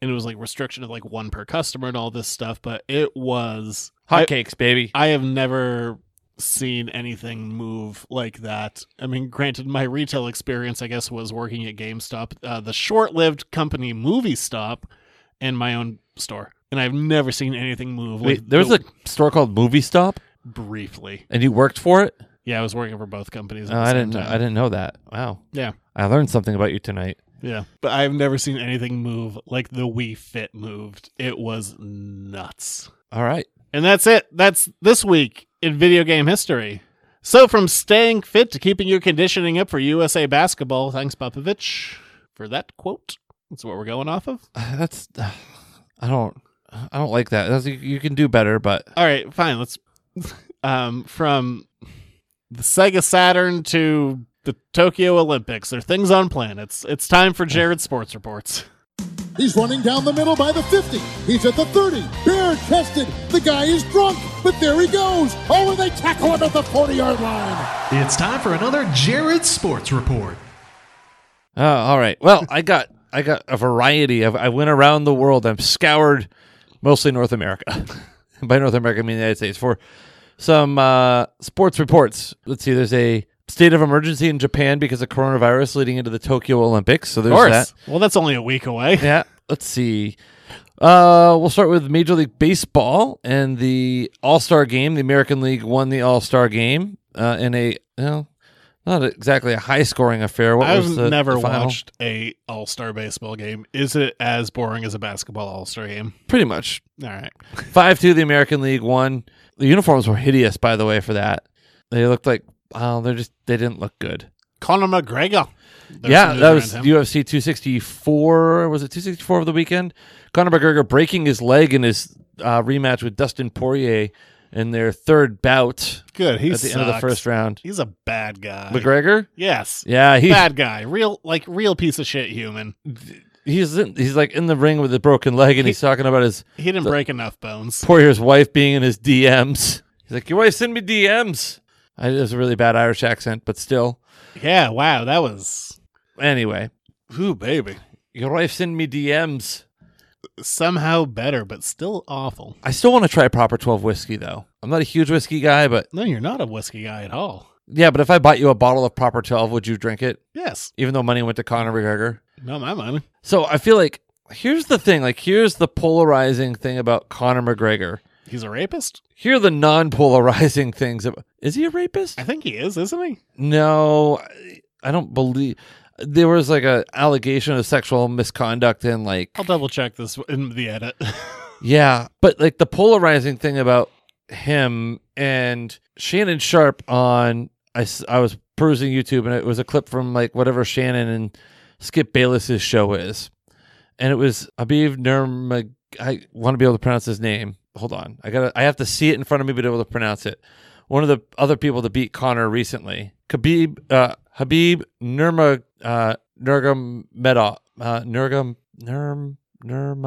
And it was like restriction of like one per customer and all this stuff, but it was I,
Hotcakes, baby.
I have never seen anything move like that. I mean, granted, my retail experience, I guess, was working at GameStop, uh, the short-lived company Movie Stop, and my own store, and I've never seen anything move.
Wait,
like
there was
the-
a store called Movie Stop,
briefly.
and you worked for it.
Yeah, I was working for both companies. at
Oh,
the
I
same
didn't. Know,
time.
I didn't know that. Wow.
Yeah.
I learned something about you tonight.
Yeah. But I've never seen anything move like the Wii Fit moved. It was nuts.
All right.
And that's it. That's this week in video game history. So, from staying fit to keeping your conditioning up for USA basketball, thanks, Popovich, for that quote. That's what we're going off of.
That's I don't I don't like that. That's, you, you can do better, but
All right, fine. Let's um from the Sega Saturn to the Tokyo Olympics. There are things on planets. It's time for Jared Sports Reports.
He's running down the middle by the 50. He's at the 30. Bare chested. The guy is drunk, but there he goes. Oh, and they tackle him at the 40 yard line.
It's time for another Jared Sports Report.
Uh, all right. Well, I got I got a variety of. I went around the world. I've scoured mostly North America. By North America, I mean the United States for some uh, sports reports. Let's see. There's a state of emergency in Japan because of coronavirus leading into the Tokyo Olympics. So
Of
there's
course.
that.
Well, that's only a week away.
Yeah. Let's see. Uh, we'll start with Major League Baseball and the All Star Game. The American League won the All Star Game uh, in a well, not exactly a high scoring affair. What
I've
was the,
never
the final?
watched a All Star baseball game. Is it as boring as a basketball All Star game?
Pretty much
All right.
five two. The American League won. The uniforms were hideous, by the way, for that. They looked like oh, they're just they didn't look good.
Conor McGregor. There's
yeah,
some news
that
around
was
him.
UFC 264. Was it 264 of the weekend? Conor McGregor breaking his leg in his uh, rematch with Dustin Poirier in their third bout
Good. He
at the end of the
sucks.
first round.
He's a bad guy.
McGregor,
Yes.
yeah, he
Bad guy. Real like real piece of shit human.
he's in, he's like in the ring with a broken leg, and he's talking about his
He didn't break enough bones.
Poirier's wife being in his DMs. He's like, "Your wife sent me DMs." I, it was a really bad Irish accent, but still.
Yeah, wow, that was
Anyway,
Ooh, baby.
your wife sent me DMs.
Somehow better, but still awful.
I still want to try proper 12 whiskey though. I'm not a huge whiskey guy, but
No, you're not a whiskey guy at all.
Yeah, but if I bought you a bottle of Proper 12, would you drink it?
Yes.
Even though money went to Conor McGregor.
Not my money.
So I feel like here's the thing. Like here's the polarizing thing about Conor McGregor.
He's a rapist?
Here are the non-polarizing things. About, is he a rapist?
I think he is, isn't he?
No, I- I don't believe. There was like a allegation of sexual misconduct and like
I'll double check this in the edit.
yeah, but like the polarizing thing about him and Shannon Sharp on I, s- I was perusing YouTube and it was a clip from like whatever Shannon and Skip Bayless's show is, and it was Abib Nurmag. I want to be able to pronounce his name. Hold on, I gotta. I have to see it in front of me to be able to pronounce it. One of the other people that beat Connor recently, Khabib, uh, Habib Nurma, uh, Nurmagomedov, uh, Nurgam, Nurm,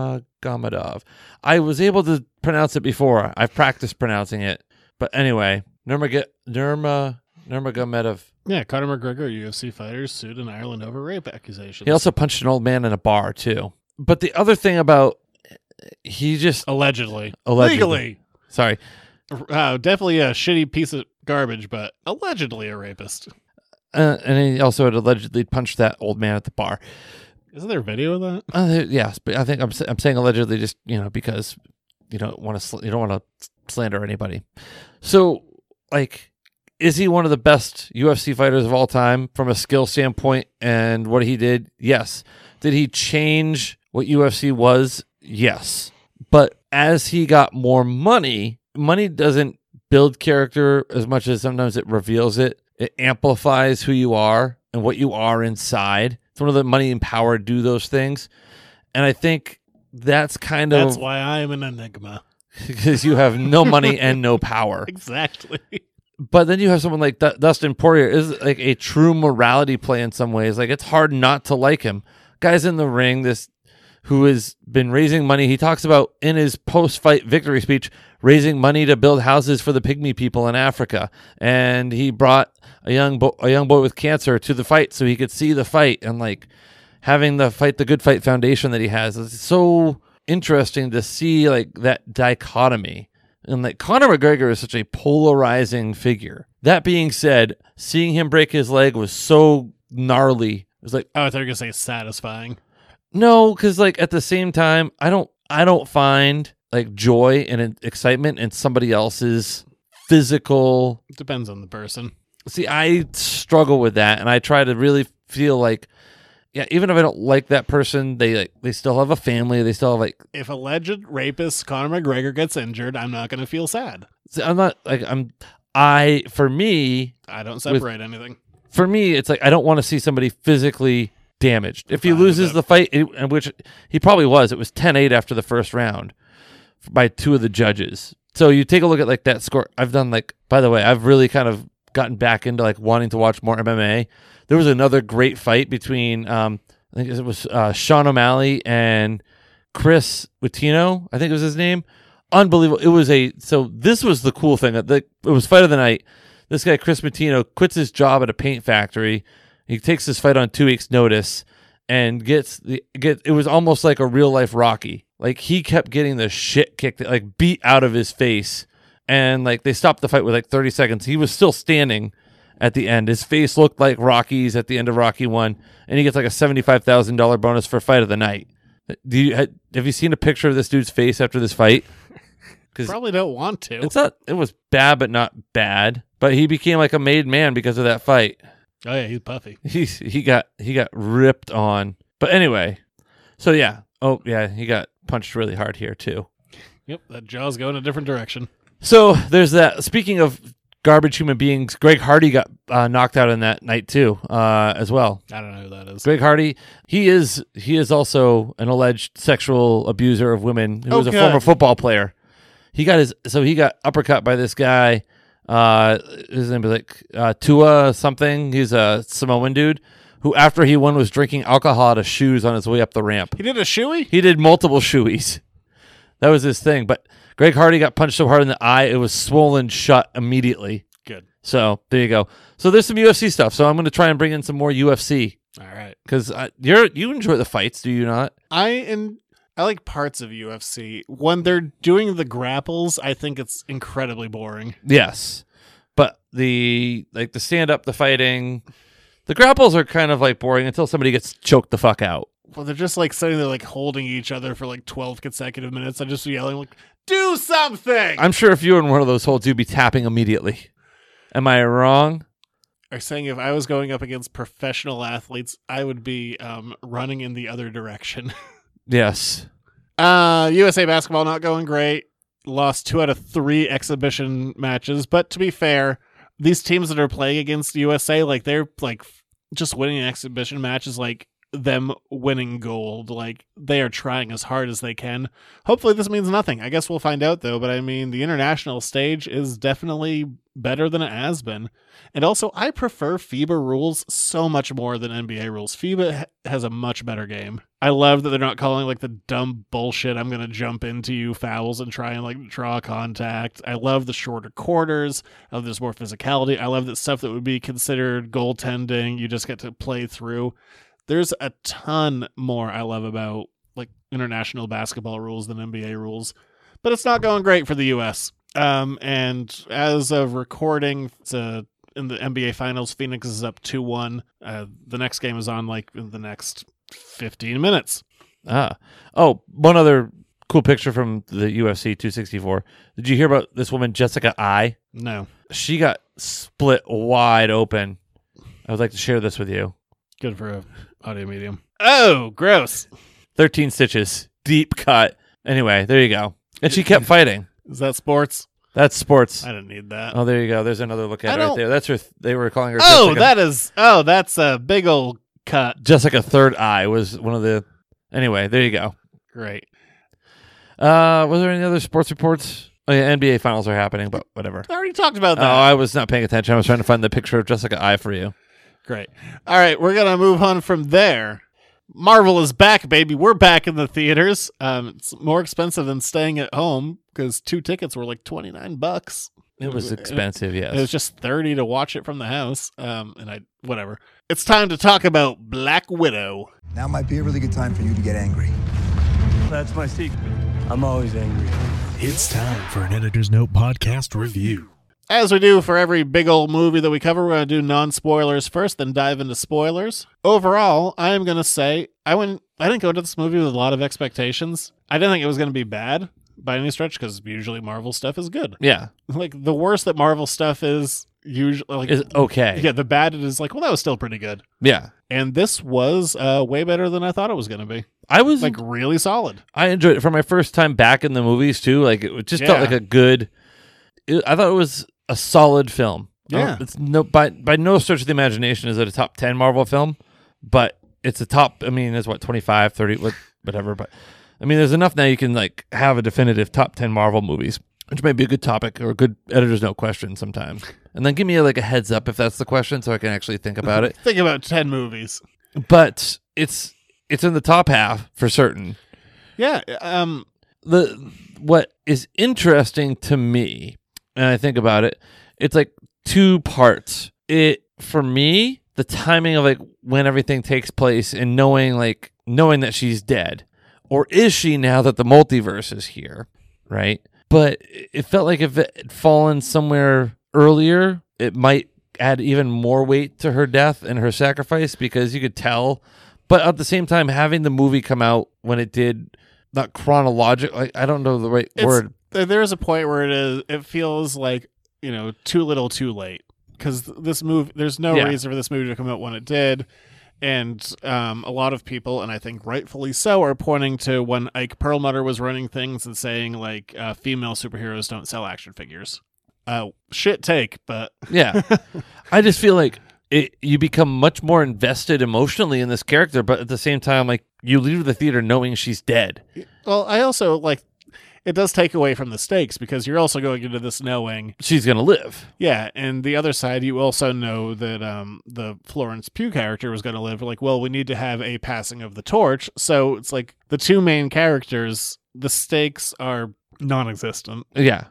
Nurmagomedov. I was able to pronounce it before. I've practiced pronouncing it, but anyway, Nurmag, Nurma, Nurmagomedov.
yeah, Conor McGregor, UFC fighters, sued in Ireland over rape accusations.
He also punched an old man in a bar too. But the other thing about he just
Allegedly.
Allegedly. sorry.
Legally. Uh, definitely a shitty piece of garbage, but allegedly a rapist.
Uh, and he also had allegedly punched that old man at the bar.
Isn't there a video of that?
Uh, there- yes, but I think I'm, sa- I'm saying allegedly just you know because you don't want to sl- you don't want to slander anybody. So like, is he one of the best UFC fighters of all time from a skill standpoint and what he did? Yes. Did he change what UFC was? Yes. But as he got more money, money doesn't build character as much as sometimes it reveals it. It amplifies who you are and what you are inside. It's one of the money and power do those things. And I think that's kind
That's
of
why I am an enigma.
because you have no money and no power.
Exactly.
But then you have someone like Du- Dustin Poirier is like a true morality play in some ways. Like it's hard not to like him. Guys in the ring, this who has been raising money. He talks about in his post-fight victory speech raising money to build houses for the pygmy people in Africa, and he brought a young bo- a young boy with cancer to the fight so he could see the fight and like having the fight the good fight foundation that he has. It's so interesting to see like that dichotomy. And like Conor McGregor is such a polarizing figure. That being said, seeing him break his leg was so gnarly. It was like
Oh, I thought you were going to say satisfying.
no, because like at the same time, I don't I don't find like joy and en- excitement in somebody else's physical.
Depends on the person.
See, I struggle with that, and I try to really feel like yeah, even if I don't like that person, they like they still have a family. They still have like
If alleged rapist Conor McGregor gets injured, I'm not going to feel sad.
see, I'm not like I'm I for me
I don't separate anything.
for me it's like I don't want to see somebody physically damaged. If he
Fine with
loses
that.
the fight, it, and which he probably was, it was 10-8 after the first round by two of the judges. So you take a look at like that score. I've done like by the way, I've really kind of gotten back into like wanting to watch more MMA. There was another great fight between um I think it was uh, Sean O'Malley and Chris Wittino, I think was his name. Unbelievable. It was a so this was the cool thing. The, it was fight of the night. This guy Chris Wittino quits his job at a paint factory. He takes his fight on two weeks' notice and gets the get. It was almost like a real life Rocky. Like he kept getting the shit kicked, like beat out of his face, and like they stopped the fight with like 30 seconds. He was still standing at the end. His face looked like Rocky's at the end of Rocky One, and he gets like a seventy-five thousand dollar bonus for fight of the night. Do you ha- have you seen a picture of this dude's face after this fight? Is-
Probably don't want to.
It's not. It was bad, but not bad. But he became like a made man because of that fight.
oh yeah, he's puffy.
He he got he got ripped on. But anyway, so yeah. Oh yeah, he got punched really hard here too.
Yep, that jaw's going a different direction.
So there's that. Speaking of garbage human beings, Greg Hardy got uh, knocked out in that night too, uh, as well.
I don't know who that is.
Greg Hardy, he is he is also an alleged sexual abuser of women. He
Oh,
was a
God.
former football player. He got his so he got uppercut by this guy. Uh, his name was like uh, Tua something. He's a Samoan dude who, after he won, was drinking alcohol out of shoes on his way up the ramp.
He did a shoey?
He did multiple shoeies. That was his thing. But Greg Hardy got punched so hard in the eye, it was swollen shut immediately.
Good.
So there you go. So there's some UFC stuff. So I'm going to try and bring in some more UFC
All right.
because you're you enjoy the fights, do you not?
I and I like parts of UFC. When they're doing the grapples, I think it's incredibly boring.
Yes, but the like the stand up, the fighting, the grapples are kind of like boring until somebody gets choked the fuck out.
Well, they're just like sitting there, like holding each other for like twelve consecutive minutes. I just be yelling like, "Do something!"
I'm sure if you were in one of those holds, you'd be tapping immediately. Am I wrong?
Or saying if I was going up against professional athletes, I would be um, running in the other direction.
Yes.
Uh, USA basketball not going great. Lost two out of three exhibition matches, but to be fair, these teams that are playing against USA, like they're like f- just winning an exhibition match is like them winning gold. Like they are trying as hard as they can. Hopefully, this means nothing. I guess we'll find out though. But I mean, the international stage is definitely better than it has been, and also I prefer FIBA rules so much more than NBA rules. FIBA ha- has a much better game. I love that they're not calling like the dumb bullshit. I'm gonna jump into you fouls and try and like draw contact. I love the shorter quarters. I love there's more physicality. I love that stuff that would be considered goaltending. You just get to play through. There's a ton more I love about like international basketball rules than NBA rules, but it's not going great for the U.S. Um, and as of recording, it's uh in the NBA Finals, Phoenix is up two one. Uh, the next game is on like in the next fifteen minutes.
Ah. Oh, one other cool picture from the UFC 264. Did you hear about this woman, Jessica I?
No,
She got split wide open. I would like to share this with you.
good for a audio medium. Oh, gross!
13 stitches, deep cut. Anyway, there you go. And she kept fighting.
Is that sports?
That's sports.
I didn't need that.
Oh, there you go. There's another look
I
at it right
don't-
there. That's her. they were calling her.
oh,
Jessica,
that is. Oh, that's a big old cut.
Jessica Third Eye was one of the. Anyway, there you go.
Great.
Uh, was there any other sports reports? Oh, yeah, NBA finals are happening, but whatever.
I already talked about
Oh,
that.
I was not paying attention. I was trying to find the picture of Jessica I for you.
Great. All right, we're gonna move on from there. Marvel is back, baby. We're back in the theaters. Um, it's more expensive than staying at home because two tickets were like twenty nine bucks.
It was expensive, yes.
It was just thirty to watch it from the house. Um, and I whatever. It's time to talk about Black Widow.
Now might be a really good time for you to get angry.
That's my secret. I'm always angry.
It's time for an Editor's Note podcast review.
As we do for every big old movie that we cover, we're going to do non spoilers first, then dive into spoilers. Overall, I am going to say I went. I didn't go into this movie with a lot of expectations. I didn't think it was going to be bad by any stretch because usually Marvel stuff is good.
yeah.
Like the worse that Marvel stuff is, usually like
is okay.
yeah, the bad it is like, well, that was still pretty good.
Yeah.
And this was uh, way better than I thought it was going to be.
I was
Like really solid.
I enjoyed it for my first time back in the movies too. Like it just felt
Yeah.
like a good. It, I thought it was a solid film. I don't-
Yeah.
it's no by by no stretch of the imagination is it a top ten Marvel film, but it's a top. I mean, it's what 25, 30, what, whatever. But I mean, there's enough now you can like have a definitive top ten Marvel movies, which might be a good topic or a good editor's note question sometime. And then give me like a heads up if that's the question, so I can actually think about it.
Think about 10 movies.
But it's it's in the top half for certain
Yeah. Um,
the what is interesting to me and i think about it it's like two parts it for me the timing of like when everything takes place and knowing like knowing that she's dead or is she now that the multiverse is here right but it it felt like if it had fallen somewhere earlier it might add even more weight to her death and her sacrifice because you could tell but at the same time having the movie come out when it did not chronologic like i don't know the right
it's,
word
there- There's a point where it is, it feels like, you know, too little too late. Because this movie, there's no
Yeah.
reason for this movie to come out when it did. And um, a lot of people, and I think rightfully so, are pointing to when Ike Perlmutter was running things and saying, like, uh, female superheroes don't sell action figures. Uh, shit take, but
yeah i just feel like it, you become much more invested emotionally in this character but at the same time like you leave the theater knowing she's dead
Well, I also like it does take away from the stakes because you're also going into this knowing,
she's gonna live
yeah, and the other side you also know that um the Florence Pugh character was going to live. Like, well, we need to have a passing of the torch, so it's like the two main characters, the stakes are non-existent.
yeah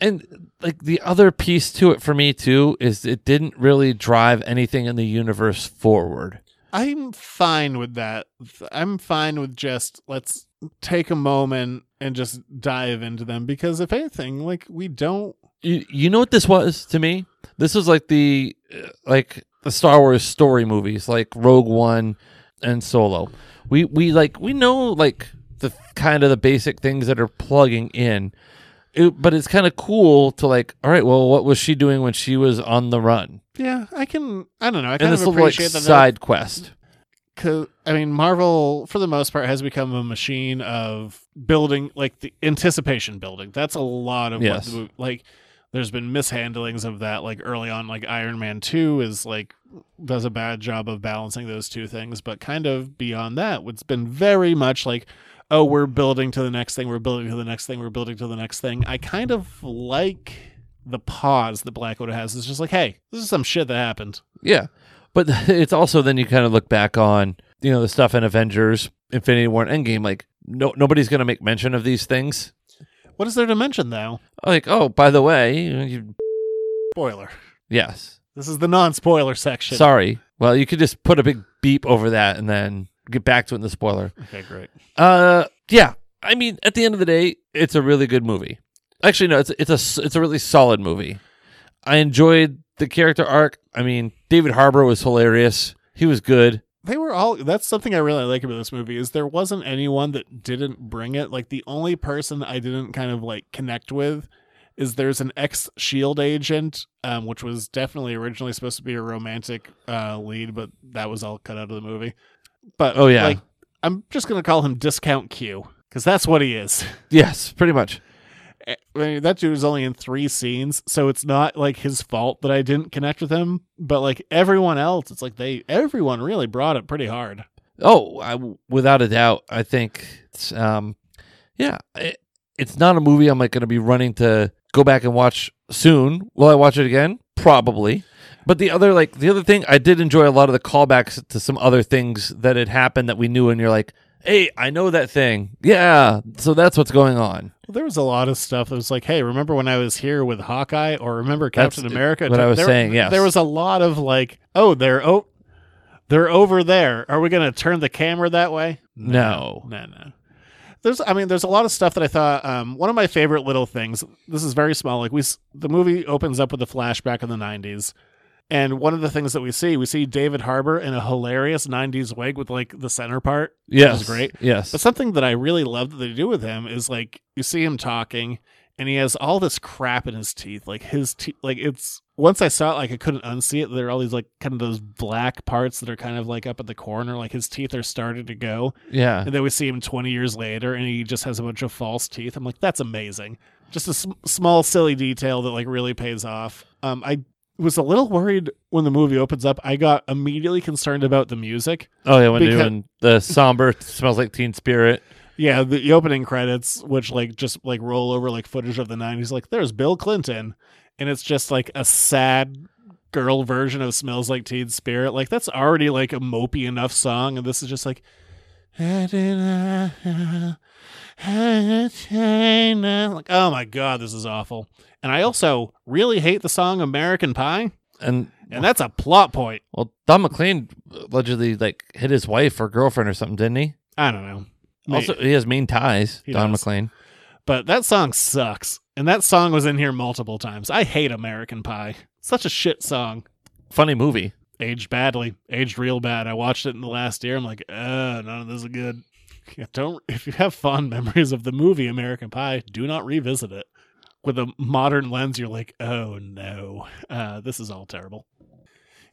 and like the other piece to it for me too is it didn't really drive anything in the universe forward
I'm fine with that. I'm fine with just let's take a moment and just dive into them because if anything, like we don't
you, you know what this was to me this was like the uh, like the star wars story movies like rogue one and solo we we like we know like the kind of the basic things that are plugging in it, but it's kind of cool to like all right well what was she doing when she was on the run
yeah, I can. I don't know. I kind
and
of
this little like
appreciate that. they're-
side quest
because I mean, Marvel for the most part has become a machine of building, like the anticipation building. That's a lot of
Yes.
what the, mov- like. There's been mishandlings of that, like early on, like Iron Man Two is like does a bad job of balancing those two things, but kind of beyond that, it's been very much like, oh, we're building to the next thing, we're building to the next thing, we're building to the next thing. I kind of like the pause that Black Widow has. It's just like, hey, this is some shit that happened.
Yeah. But it's also then you kind of look back on, you know, the stuff in Avengers, Infinity War and Endgame, like no nobody's gonna make mention of these things.
What is there to mention though?
Like, oh, by the way, you, you-
Spoiler.
yes.
This is the non-spoiler section.
Sorry. Well, you could just put a big beep over that and then get back to it in the spoiler.
Okay, great.
Uh yeah. I mean, at the end of the day, it's a really good movie. Actually, no, it's it's a s- it's a really solid movie. I enjoyed the character arc. I mean, David Harbour was hilarious. He was good.
They were all. That's something I really like about this movie is there wasn't anyone that didn't bring it. Like the only person I didn't kind of like connect with is there's an ex Shield E agent, um, which was definitely originally supposed to be a romantic uh, lead, but that was all cut out of the movie. But
Oh, yeah.
like I'm just gonna call him Discount Q because that's what he is.
Yes, pretty much.
eh, I mean, that dude was only in three scenes, so it's not like his fault that I didn't connect with him. But like everyone else, it's like they everyone really brought it pretty hard.
Oh, I, without a doubt, I think it's, um, yeah, it, it's not a movie I'm like going to be running to go back and watch soon. Will I watch it again? Probably. But the other like the other thing, I did enjoy a lot of the callbacks to some other things that had happened that we knew, and you're like, hey, I know that thing. Yeah, so that's what's going on.
Well, there was a lot of stuff that was like, hey, remember when I was here with Hawkeye, or remember Captain
That's
America?
what I was
there,
saying, yes.
there was a lot of like, oh, they're oh, they're over there. Are we gonna turn the camera that way?
No,
No, no. There's, I mean, there's a lot of stuff that I thought. Um, one of my favorite little things. This is very small. Like we, s- the movie opens up with a flashback in the '90s, and one of the things that we see, we see David Harbour in a hilarious '90s wig with like the center part.
yes,
is great.
Yes,
But something that I really love that they do with him is like you see him talking, and he has all this crap in his teeth. Like his teeth, like it's once I saw it, like I couldn't unsee it. There are all these like kind of those black parts that are kind of like up at the corner. Like his teeth are starting to go.
Yeah.
And then we see him 20 years later, and he just has a bunch of false teeth. I'm like, that's amazing. Just a sm- small silly detail that like really pays off. Um, I was a little worried when the movie opens up. I got immediately concerned about the music.
Oh yeah, when
Because-
doing the somber smells like Teen Spirit.
Yeah, the, the opening credits, which like just like roll over like footage of the '90s. Like, there's Bill Clinton, and it's just like a sad girl version of "Smells Like Teen Spirit." Like, that's already like a mopey enough song, and this is just like. Like, oh my god, this is awful. And I also really hate the song American Pie,
And
and that's a plot point.
well, Don McLean allegedly like hit his wife or girlfriend or something, didn't he?
I don't know.
Also, he has mean ties.
He
Don
does.
McLean.
but that song sucks. And that song was in here multiple times. I hate American Pie. Such a shit song.
Funny movie.
Aged badly. Aged real bad. I watched it in the last year. I'm like, uh, none of this is good. Yeah, don't if you have fond memories of the movie American Pie, do not revisit it. With a modern lens, you're like, oh no, uh, this is all terrible.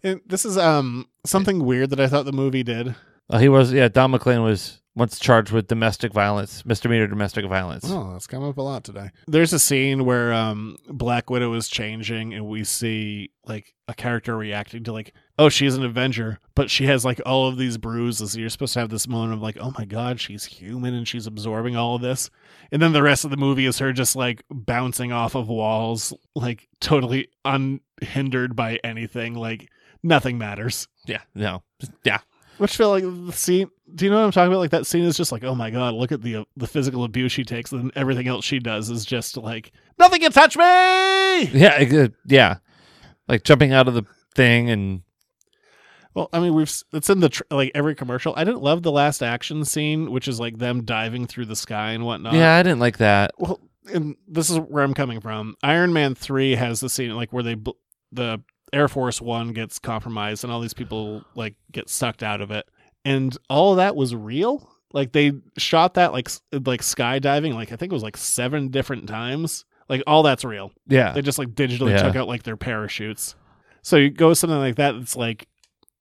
And this is um something weird that I thought the movie did.
Uh, he was yeah. Don McLean was once charged with domestic violence, misdemeanor domestic violence.
Oh, that's come up a lot today. There's a scene where um Black Widow is changing and we see like a character reacting to like, oh, she's an Avenger, but she has like all of these bruises. You're supposed to have this moment of like, oh my god, she's human and she's absorbing all of this. And then the rest of the movie is her just like bouncing off of walls, like totally unhindered by anything, like nothing matters.
Yeah, no, yeah.
Which feel like the scene. Do you know what I'm talking about? Like that scene is just like, oh my god, look at the uh, the physical abuse she takes, and everything else she does is just like nothing can touch me.
Yeah, it- it- yeah. Like jumping out of the thing and
Well, I mean, we've s- it's in the tr- like every commercial. I didn't love the last action scene, which is like them diving through the sky and whatnot.
yeah, I didn't like that.
Well, and this is where I'm coming from. Iron Man three has the scene like where they bl- the Air Force One gets compromised, and all these people like get sucked out of it, and all that was real. Like they shot that like s- like skydiving, like I think it was like seven different times. Like all that's real.
Yeah,
They just like digitally
Yeah.
took out like their parachutes. So you go with something like that. It's like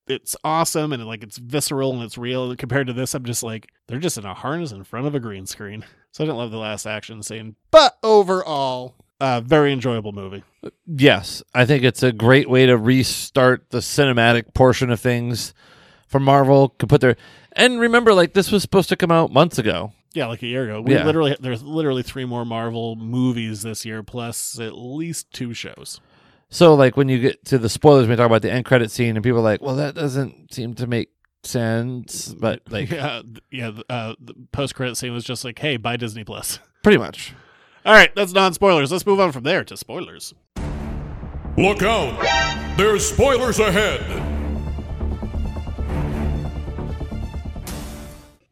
it's awesome and like it's visceral and it's real. And compared to this, I'm just like they're just in a harness in front of a green screen. So I didn't love the last action scene, but overall, uh, very enjoyable movie.
yes, I think it's a great way to restart the cinematic portion of things for Marvel. Could put their and remember, like this was supposed to come out months ago.
Yeah, like a year ago, we
Yeah.
literally there's literally three more Marvel movies this year, plus at least two shows.
So, like when you get to the spoilers, we talk about the end credit scene, and people are like, "Well, that doesn't seem to make sense," but like
Yeah, th- yeah. th- Uh, the post credit scene was just like, "Hey, buy Disney Plus."
pretty much.
All right, that's non spoilers. Let's move on from there to spoilers.
Look out! There's spoilers ahead!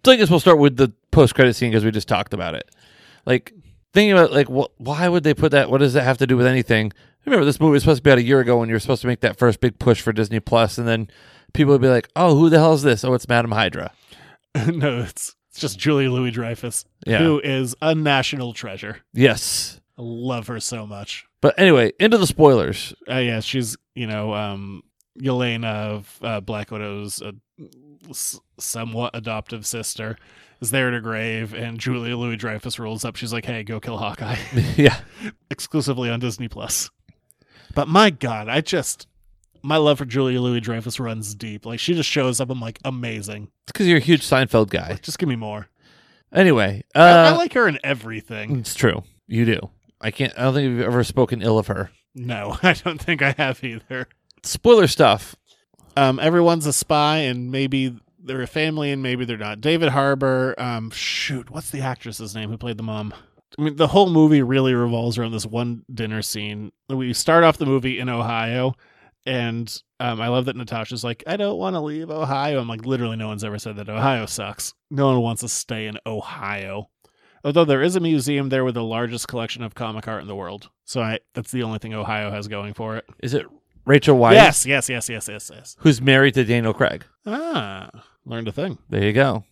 So I guess we'll start with the post credit scene because we just talked about it. Like thinking about like wh- why would they put that? What does that have to do with anything? Remember, this movie was supposed to be out a year ago, and you're supposed to make that first big push for Disney Plus, and then people would be like, "Oh, who the hell is this? Oh, it's Madame Hydra."
no, it's it's just Julie Louis Dreyfus,
Yeah.
who is a national treasure.
Yes,
I love her so much.
but anyway, into the spoilers.
Uh, yeah, she's you know um, Yelena of uh, Black Widow's uh, s- somewhat adoptive sister is there at her grave, and Julia Louis Dreyfus rolls up. She's like, "Hey, go kill Hawkeye,"
yeah,
exclusively on Disney Plus. But my God, I just my love for Julia Louis Dreyfus runs deep. Like she just shows up. I'm like, amazing.
it's because you're a huge Seinfeld guy.
Just give me more.
Anyway, uh,
I- I like her in everything.
it's true. You do. I can't. I don't think you've ever spoken ill of her.
No, I don't think I have either.
Spoiler stuff.
Um, everyone's a spy, and maybe they're a family, and maybe they're not. David Harbour. Um, shoot, what's the actress's name who played the mom? I mean, the whole movie really revolves around this one dinner scene. We start off the movie in Ohio, and um, I love that Natasha's like, "I don't want to leave Ohio." I'm like, literally, no one's ever said that Ohio sucks. No one wants to stay in Ohio. Although there is a museum there with the largest collection of comic art in the world, so I, that's the only thing Ohio has going for it.
Is it Rachel Weisz?
Yes, yes, yes, yes, yes, yes.
Who's married to Daniel Craig?
Ah, learned a thing.
There you go.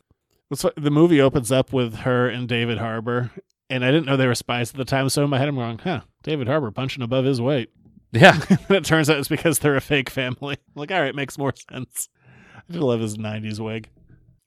That's what- the movie opens up with her and David Harbour and I didn't know they were spies at the time. So in my head, I'm going, huh, David Harbor punching above his weight.
Yeah.
it turns out it's because they're a fake family. like, all right, makes more sense. I did love his 90s wig.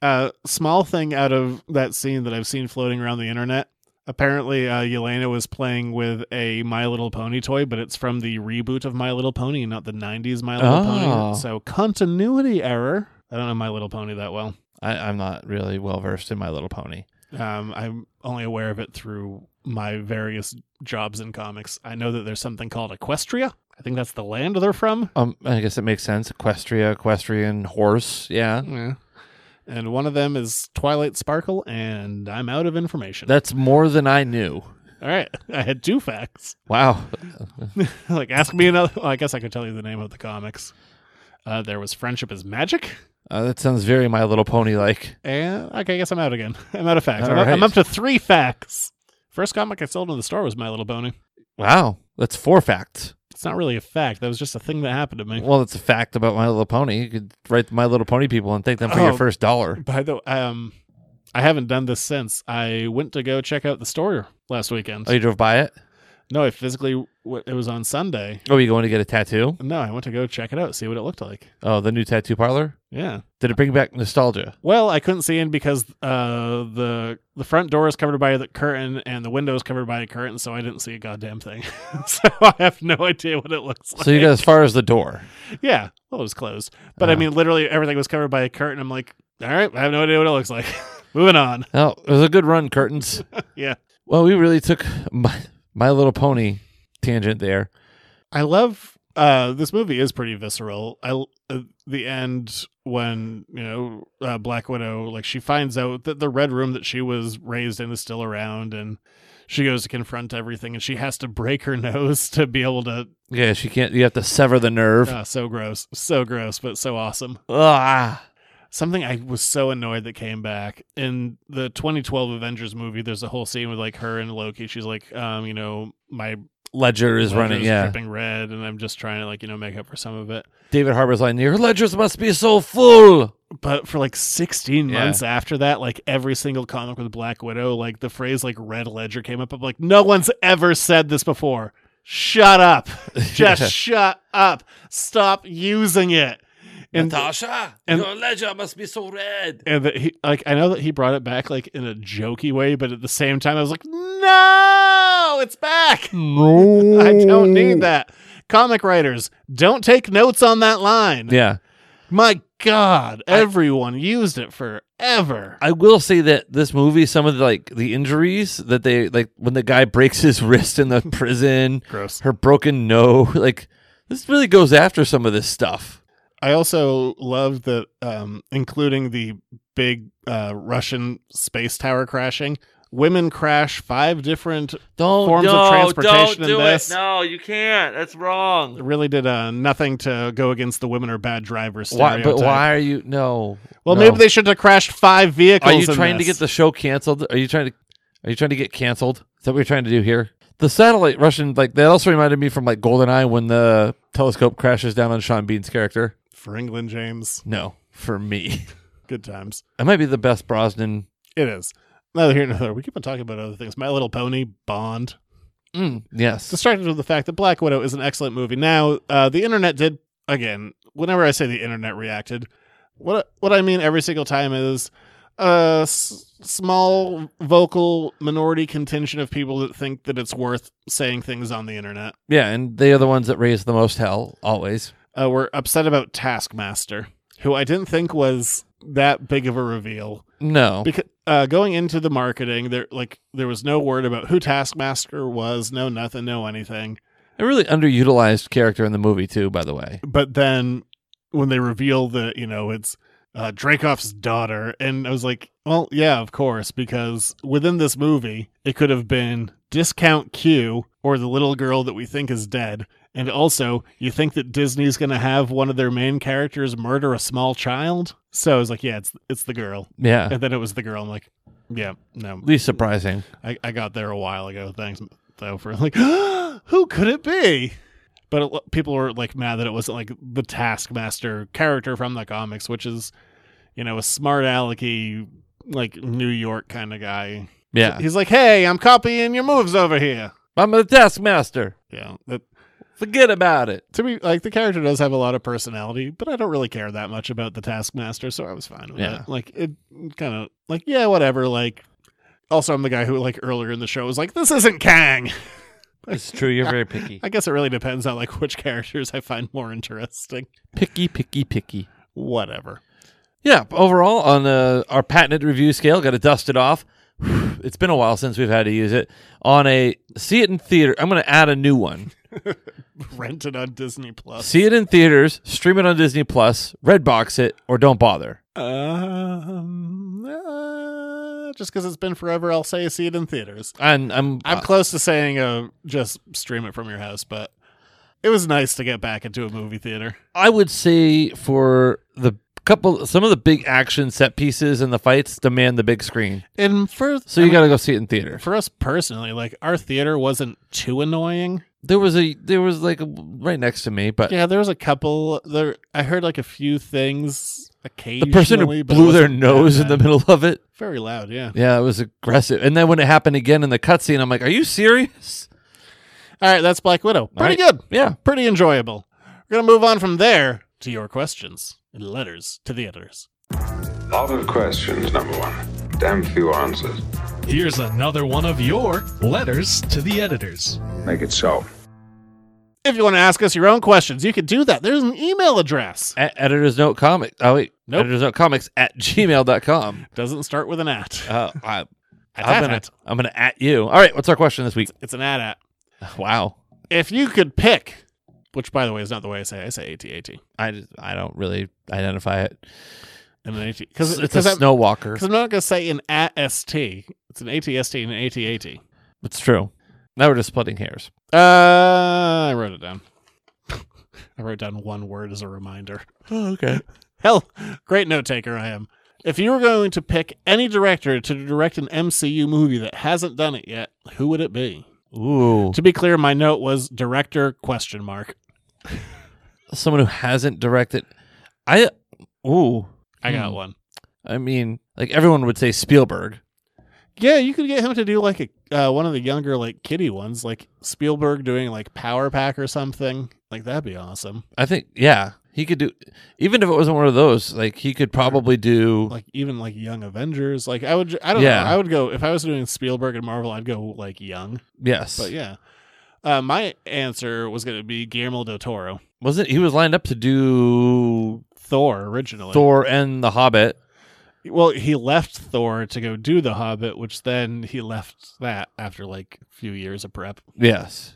Uh, small thing out of that scene that I've seen floating around the internet. Apparently, uh, Yelena was playing with a My Little Pony toy, but it's from the reboot of My Little Pony, not the 90s My Little
Oh.
Pony. So, continuity error. I don't know My Little Pony that well.
I, I'm not really well versed in My Little Pony.
Um, I'm only aware of it through my various jobs in comics. I know that there's something called Equestria. I think that's the land they're from.
Um, I guess it makes sense. Equestria, equestrian, horse. Yeah,
Yeah. And one of them is Twilight Sparkle, and I'm out of information.
that's more than I knew.
All right. I had two facts.
Wow.
like, ask me another. Well, I guess I could tell you the name of the comics. Uh, there was Friendship is Magic.
Uh, that sounds very My Little Pony like.
And okay, I guess I'm out again. I'm out of facts.
All
I'm, up- I'm
right.
up to three facts. First comic I sold in the store was My Little Pony.
Wow, that's four facts.
It's not really a fact. That was just a thing that happened to me.
Well, it's a fact about My Little Pony. You could write to My Little Pony people and thank them for your
Oh.
first dollar.
By the um, I haven't done this since. I went to go check out the store last weekend.
Oh, you drove by it?
no, I physically. w- It was on Sunday.
Oh, you going to get a tattoo?
No, I went to go check it out, see what it looked like.
Oh, the new tattoo parlor?
Yeah.
Did it bring back nostalgia?
Well, I couldn't see in because uh, the the front door is covered by the curtain and the window is covered by a curtain, so I didn't see a goddamn thing. so I have no idea what it looks like.
So you got as far as the door.
yeah, well, it was closed, but I mean, literally everything was covered by a curtain. I'm like, all right, I have no idea what it looks like. Moving on.
Oh, it was a good run, curtains.
Yeah.
Well, we really took my, my Little Pony tangent there.
I love uh this movie is pretty visceral. I l- uh, the end when, you know, uh, Black Widow like she finds out that the red room that she was raised in is still around and she goes to confront everything and she has to break her nose to be able to
Yeah, she can't. You have to sever the nerve.
uh, so gross, so gross but so awesome.
Ah,
Something I was so annoyed that came back in the 2012 Avengers movie there's a whole scene with like her and Loki. She's like, um, you know, my
Ledger is running.
ledger's
Yeah,
dripping red and I'm just trying to like, you know, make up for some of it.
David Harbour's line: "Your ledgers must be so full."
but for like 16
Yeah.
months after that like every single comic with black widow like the phrase like red ledger came up i'm like no one's ever said this before shut up just
Yeah.
shut up stop using it and
Natasha,
and-
your ledger must be so red.
and that he like i know that he brought it back like in a jokey way but at the same time i was like no it's back
No,
i don't
Mm.
need that comic writers don't take notes on that line
Yeah,
my god everyone used it forever
I will say that this movie, some of the, like the injuries that they like when the guy breaks his wrist in the prison,
Gross.
her broken nose, like this really goes after some of this stuff.
I also love that, um, including the big uh, Russian space tower crashing. Women crash five different.
Don't
Forms of
no,
transportation in
don't do
this.
It. No, you can't. That's wrong.
Really did uh, nothing to go against the women are bad drivers
Why?
stereotype.
But why are you no?
Well,
no.
maybe they should have crashed five vehicles.
Are you
in
trying to
this.
get the show canceled? Are you trying to Are you trying to get canceled? Is that what you're trying to do here? The satellite Russian like that also reminded me from like GoldenEye when the telescope crashes down on Sean Bean's character.
for England, James?
No, for me,
Good times.
it might be the best Brosnan.
It is. Neither here nor there. We keep on talking about other things. My Little Pony, Bond.
Mm, yes,
distracted with the fact that Black Widow is an excellent movie. Now, uh, the internet did again. Whenever I say the internet reacted, what what I mean every single time is a s- small vocal minority contingent of people that think that it's worth saying things on the internet.
yeah, and they are the ones that raise the most hell always.
Uh, we're upset about Taskmaster, who I didn't think was that big of a reveal.
No,
because uh, going into the marketing there like there was no word about who taskmaster was no nothing no anything
a really underutilized character in the movie too. By the way,
but then when they reveal that you know it's uh, Dracoff's daughter, and I was like, well, yeah, of course, because within this movie, it could have been Discount Q or the little girl that we think is dead. And also, you think that Disney's going to have one of their main characters murder a small child? So I was like, yeah, it's it's the girl.
yeah,
And then it was the girl. I'm like, yeah, no,
least surprising.
I, I got there a while ago. Thanks though for like, who could it be? But it, people were like mad that it wasn't like the Taskmaster character from the comics, which is, you know, a smart alecky like New York kind of guy
Yeah.
He's like, hey, I'm copying your moves over here.
I'm the taskmaster.
Yeah. That,
Forget about it.
to me, like the character does have a lot of personality, but I don't really care that much about the Taskmaster, so I was fine with
Yeah.
it. Like it kind of like yeah, whatever. Like also, I'm the guy who like earlier in the show was like, this isn't Kang.
It's true. You're very picky.
I guess it really depends on like which characters I find more interesting.
Picky, picky, picky.
Whatever.
Yeah. but Overall, on uh, our patented review scale, got to dust it off. It's been a while since we've had to use it. On a see it in theater. I'm going to add a new one.
Rent it on Disney Plus.
See it in theaters. Stream it on Disney Plus. Red box it or don't bother.
Um, uh, just because it's been forever, I'll say see it in theaters.
And I'm
I'm close to saying uh, just stream it from your house, but it was nice to get back into a movie theater.
I would say for the couple, some of the big action set pieces and the fights demand the big screen.
And for
So you got to go see it in theater.
for us personally, like our theater wasn't too annoying.
There was a there was like a, right next to me, but
Yeah, there was a couple. There, I heard like a few things
the
occasionally.
person who
but it
blew their
wasn't that
nose in the
bad.
middle of it.
very loud. Yeah.
Yeah, it was aggressive. And then when it happened again in the cutscene, I'm like, "Are you serious?"
All right, that's Black Widow. Pretty
right.
good.
Yeah.
pretty enjoyable. We're gonna move on from there to your questions and letters to the editors.
Lot of questions, number one. Damn few answers.
Here's another one of your letters to the editors.
Make it so.
If you want to ask us your own questions, you can do that. There's an email address.
At E, editors note comic. Oh wait,
Nope.
editors note comics at gmail.com.
Doesn't start with an at.
Uh, I,
At
I'm
at
gonna
at.
I'm gonna at you. All right, what's our question this week?
It's an at at.
Wow,
If you could pick, which by the way is not the way I say it, I say ATAT.
I just, I don't really identify it.
And an AT. Because
It's, it's a snow walker.
Because I'm not going to say an AST. It's an ATST and an ATAT.
It's true. Now we're just splitting hairs.
Uh, I wrote it down. I wrote down one word as a reminder.
Oh, okay.
Hell, great note taker I am. If you were going to pick any director to direct an MCU movie that hasn't done it yet, who would it be?
Ooh.
To be clear, my note was director question mark.
Someone who hasn't directed. I. Ooh.
I got
Hmm.
one.
I mean, like everyone would say Spielberg.
Yeah, you could get him to do like a uh, one of the younger like kiddie ones, like Spielberg doing like Power Pack or something. Like that'd be awesome.
I think, yeah, he could do, even if it wasn't one of those, like he could probably do.
Like even like Young Avengers. Like I would, ju- I don't
Yeah.
know. I would go if I was doing Spielberg and Marvel. I'd go like Young.
yes.
But yeah, uh, my answer was going to be Guillermo del Toro,
Wasn't he was lined up to do
Thor originally.
Thor and the Hobbit?
Well, he left Thor to go do The Hobbit, which then he left that after like a few years of prep.
Yes.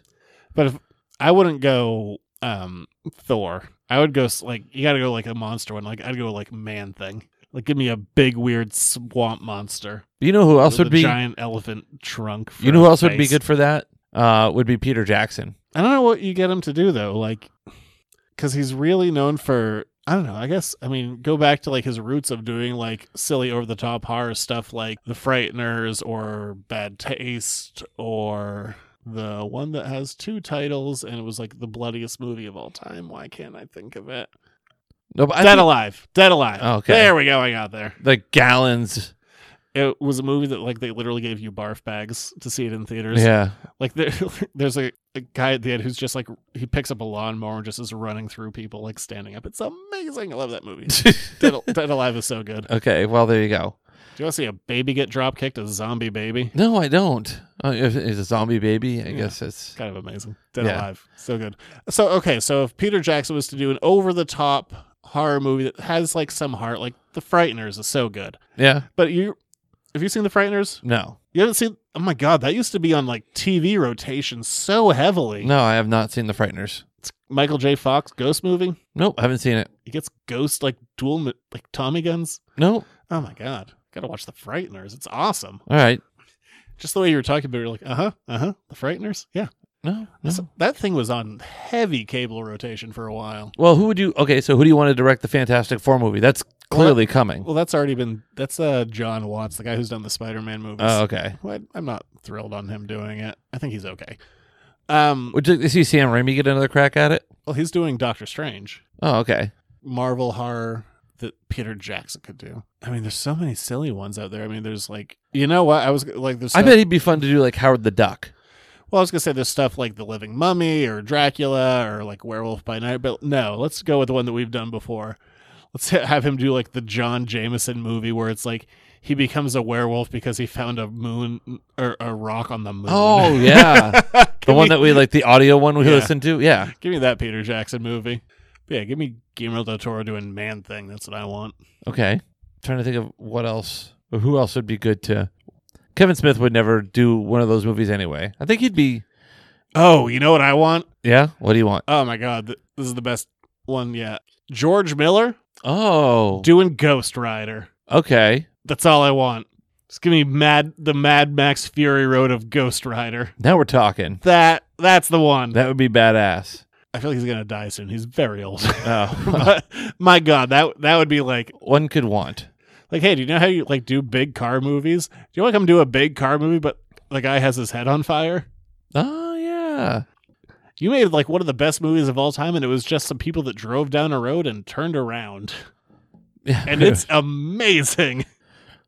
But if I wouldn't go um Thor, I would go s- like you got to go like a monster one. Like I'd go like Man Thing. Like give me a big weird swamp monster.
You know who else
with
would
a
be?
giant elephant trunk. for
you know who
a
else would be
face.
good for that? Uh, would be Peter Jackson.
I don't know what you get him to do though, like because he's really known for I don't know. I guess I mean go back to like his roots of doing like silly over the top horror stuff like The Frighteners or Bad Taste or the one that has two titles and it was like the bloodiest movie of all time. Why can't I think of it?
No, but I
Dead
think, Oh,
Alive. Dead Alive.
Okay.
There we go. I got there.
like gallons.
It was a movie that like they literally gave you barf bags to see it in theaters.
Yeah.
Like there, there's a, a guy at the end who's just like he picks up a lawnmower and just is running through people like standing up. It's amazing. I love that movie. Dead, Dead Alive is so good.
Okay. Well, there you go.
Do you want to see a baby get drop kicked? A zombie baby.
No, I don't. Uh, if it's a zombie baby, I
Yeah.
guess it's.
Kind of amazing. Dead
Yeah.
Alive, so good. So okay, so if Peter Jackson was to do an over the top horror movie that has like some heart, like The Frighteners is so good.
Yeah.
But you, have you seen The Frighteners?
No.
You haven't seen? Oh my god, that used to be on like TV rotation so heavily.
No, I have not seen The Frighteners.
It's Michael J. Fox ghost movie.
Nope, I haven't seen it.
He gets ghost like dual mi- like Tommy guns.
Nope.
Oh my god, gotta watch the Frighteners. It's awesome.
All right.
Just the way you were talking about, it, you're like, uh huh, uh huh, the Frighteners. Yeah,
No. no.
So that thing was on heavy cable rotation for a while.
Well, who would you? Okay, so who do you want to direct the Fantastic Four movie? That's clearly coming.
Well, that's already been that's uh John Watts, the guy who's done the Spider-Man movies.
Oh, okay.
Well, I- I'm not thrilled on him doing it. I think he's okay. Um,
Would you like to see Sam Raimi get another crack at it?
well, he's doing Doctor Strange,
Oh, okay.
Marvel horror that Peter Jackson could do. I mean, there's so many silly ones out there. I mean, there's like, you know what? I was like, there's.
I bet he'd be fun to do like Howard the Duck.
Well, I was gonna say there's stuff like the Living Mummy or Dracula or like Werewolf by Night, but no, let's go with the one that we've done before. Let's have him do like the John Jameson movie where it's like he becomes a werewolf because he found a moon or a rock on the moon.
Oh yeah, the me, one that we like the audio one we yeah. listened to. Yeah,
give me that Peter Jackson movie. But yeah, give me Guillermo del Toro doing Man Thing. That's what I want.
Okay, I'm trying to think of what else or who else would be good to Kevin Smith would never do one of those movies anyway. I think he'd be.
Oh, you know what I want?
Yeah. What do you want?
Oh my God, this is the best one yet. George Miller.
Oh,
doing Ghost Rider.
Okay,
that's all I want. Just give me Mad the Mad Max Fury Road of Ghost Rider.
Now we're talking.
That that's the one.
That would be badass. Uh,
I feel like he's gonna die soon. He's very old. Oh, my God, that that would be like
one could want
like, hey, do you know how you like do big car movies? Do you want to come do a big car movie, but the guy has his head on fire?
Oh yeah.
You made like one of the best movies of all time, and it was just some people that drove down a road and turned around. and it's amazing.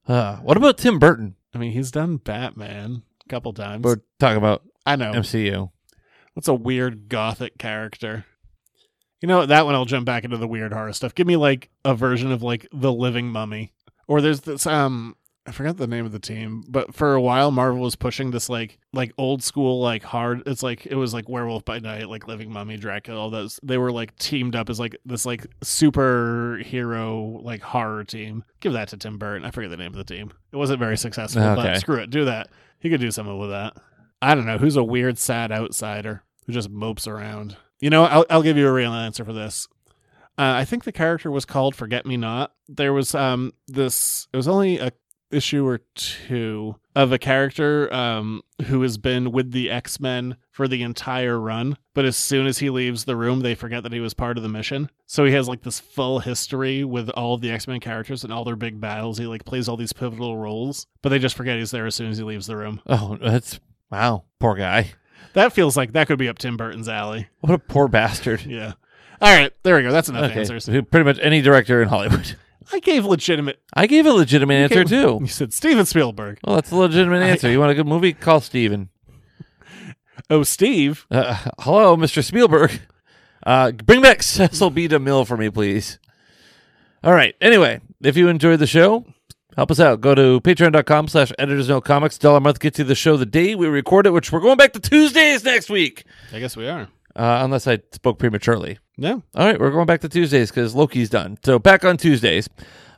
Uh, what about Tim Burton?
I mean, he's done Batman a couple times.
We're talking about
I know
MCU.
What's a weird gothic character? You know that one. I'll jump back into the weird horror stuff. Give me like a version of like the Living Mummy or there's this um I forgot the name of the team, but for a while Marvel was pushing this like like old school like hard it's like it was like Werewolf by Night, like Living Mummy, Dracula, all those they were like teamed up as like this like superhero like horror team. Give that to Tim Burton. I forget the name of the team. It wasn't very successful, okay. but screw it, do that. He could do something with that. I don't know, who's a weird sad outsider who just mopes around. You know, I'll, I'll give you a real answer for this. Uh, I think the character was called Forget Me Not. There was um this it was only a issue or two of a character um who has been with the X-Men for the entire run, but as soon as he leaves the room, they forget that he was part of the mission. So he has like this full history with all of the X-Men characters and all their big battles. He like plays all these pivotal roles, but they just forget he's there as soon as he leaves the room.
Oh, that's wow, poor guy.
That feels like that could be up Tim Burton's alley.
What a poor bastard.
Yeah. All right, there we go. That's enough okay. answers.
Pretty much any director in Hollywood.
I gave legitimate.
I gave a legitimate you answer gave, too.
You said Steven Spielberg.
Well, that's a legitimate answer. I, you want a good movie? Call Steven.
Oh, Steve.
Uh, hello, Mr. Spielberg. Uh, bring back Cecil B. DeMille for me, please. All right. Anyway, if you enjoyed the show, help us out. Go to patreon.com slash editors no comics. Dollar month gets you the show the day we record it, which we're going back to Tuesdays next week.
I guess we are.
Uh, unless I spoke prematurely.
No.
All right, we're going back to Tuesdays because Loki's done. So back on Tuesdays.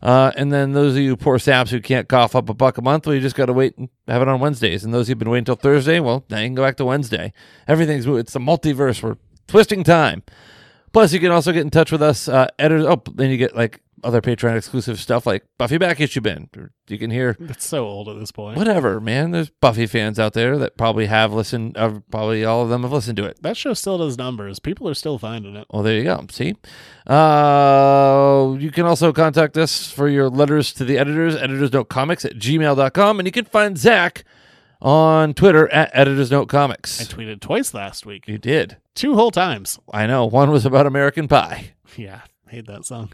Uh, and then those of you poor saps who can't cough up a buck a month, well, you just got to wait and have it on Wednesdays. And those who've been waiting until Thursday, well, now you can go back to Wednesday. Everything's it's the multiverse. We're twisting time. Plus, you can also get in touch with us, uh, editors. Oh, then you get like other Patreon exclusive stuff like Buffy back issue bin. You can hear
it's so old at this point.
Whatever, man. There's Buffy fans out there that probably have listened. Uh, probably all of them have listened to it.
That show still does numbers. People are still finding it.
Well, there you go. See, uh, you can also contact us for your letters to the editors. Editors Note Comics at gmail.com. and you can find Zach on Twitter at Editors Note Comics.
I tweeted twice last week.
You did
two whole times.
I know. One was about American Pie.
Yeah, I hate that song.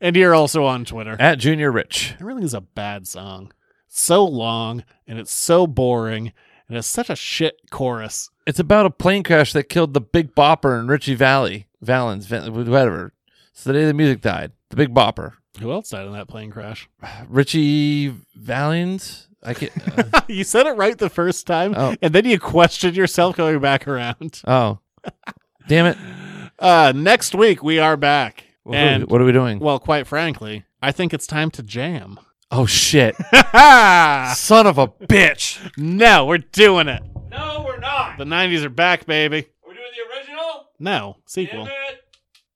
And you're also on Twitter
at Junior Rich.
It really is a bad song. So long, and it's so boring, and it's such a shit chorus.
It's about a plane crash that killed the Big Bopper in Ritchie Valley, Valens, whatever. It's the day the music died. The Big Bopper.
Who else died in that plane crash?
Ritchie Valens. I can't.
Uh... you said it right the first time, oh. and then you questioned yourself going back around.
Oh, damn it!
Uh, next week we are back.
What, and, are we, what, are we, doing?
Well, quite frankly, I think it's time to jam.
Oh shit! Son of a bitch!
No, we're doing it.
No, we're not.
The '90s are back, baby.
We're doing the original.
No sequel.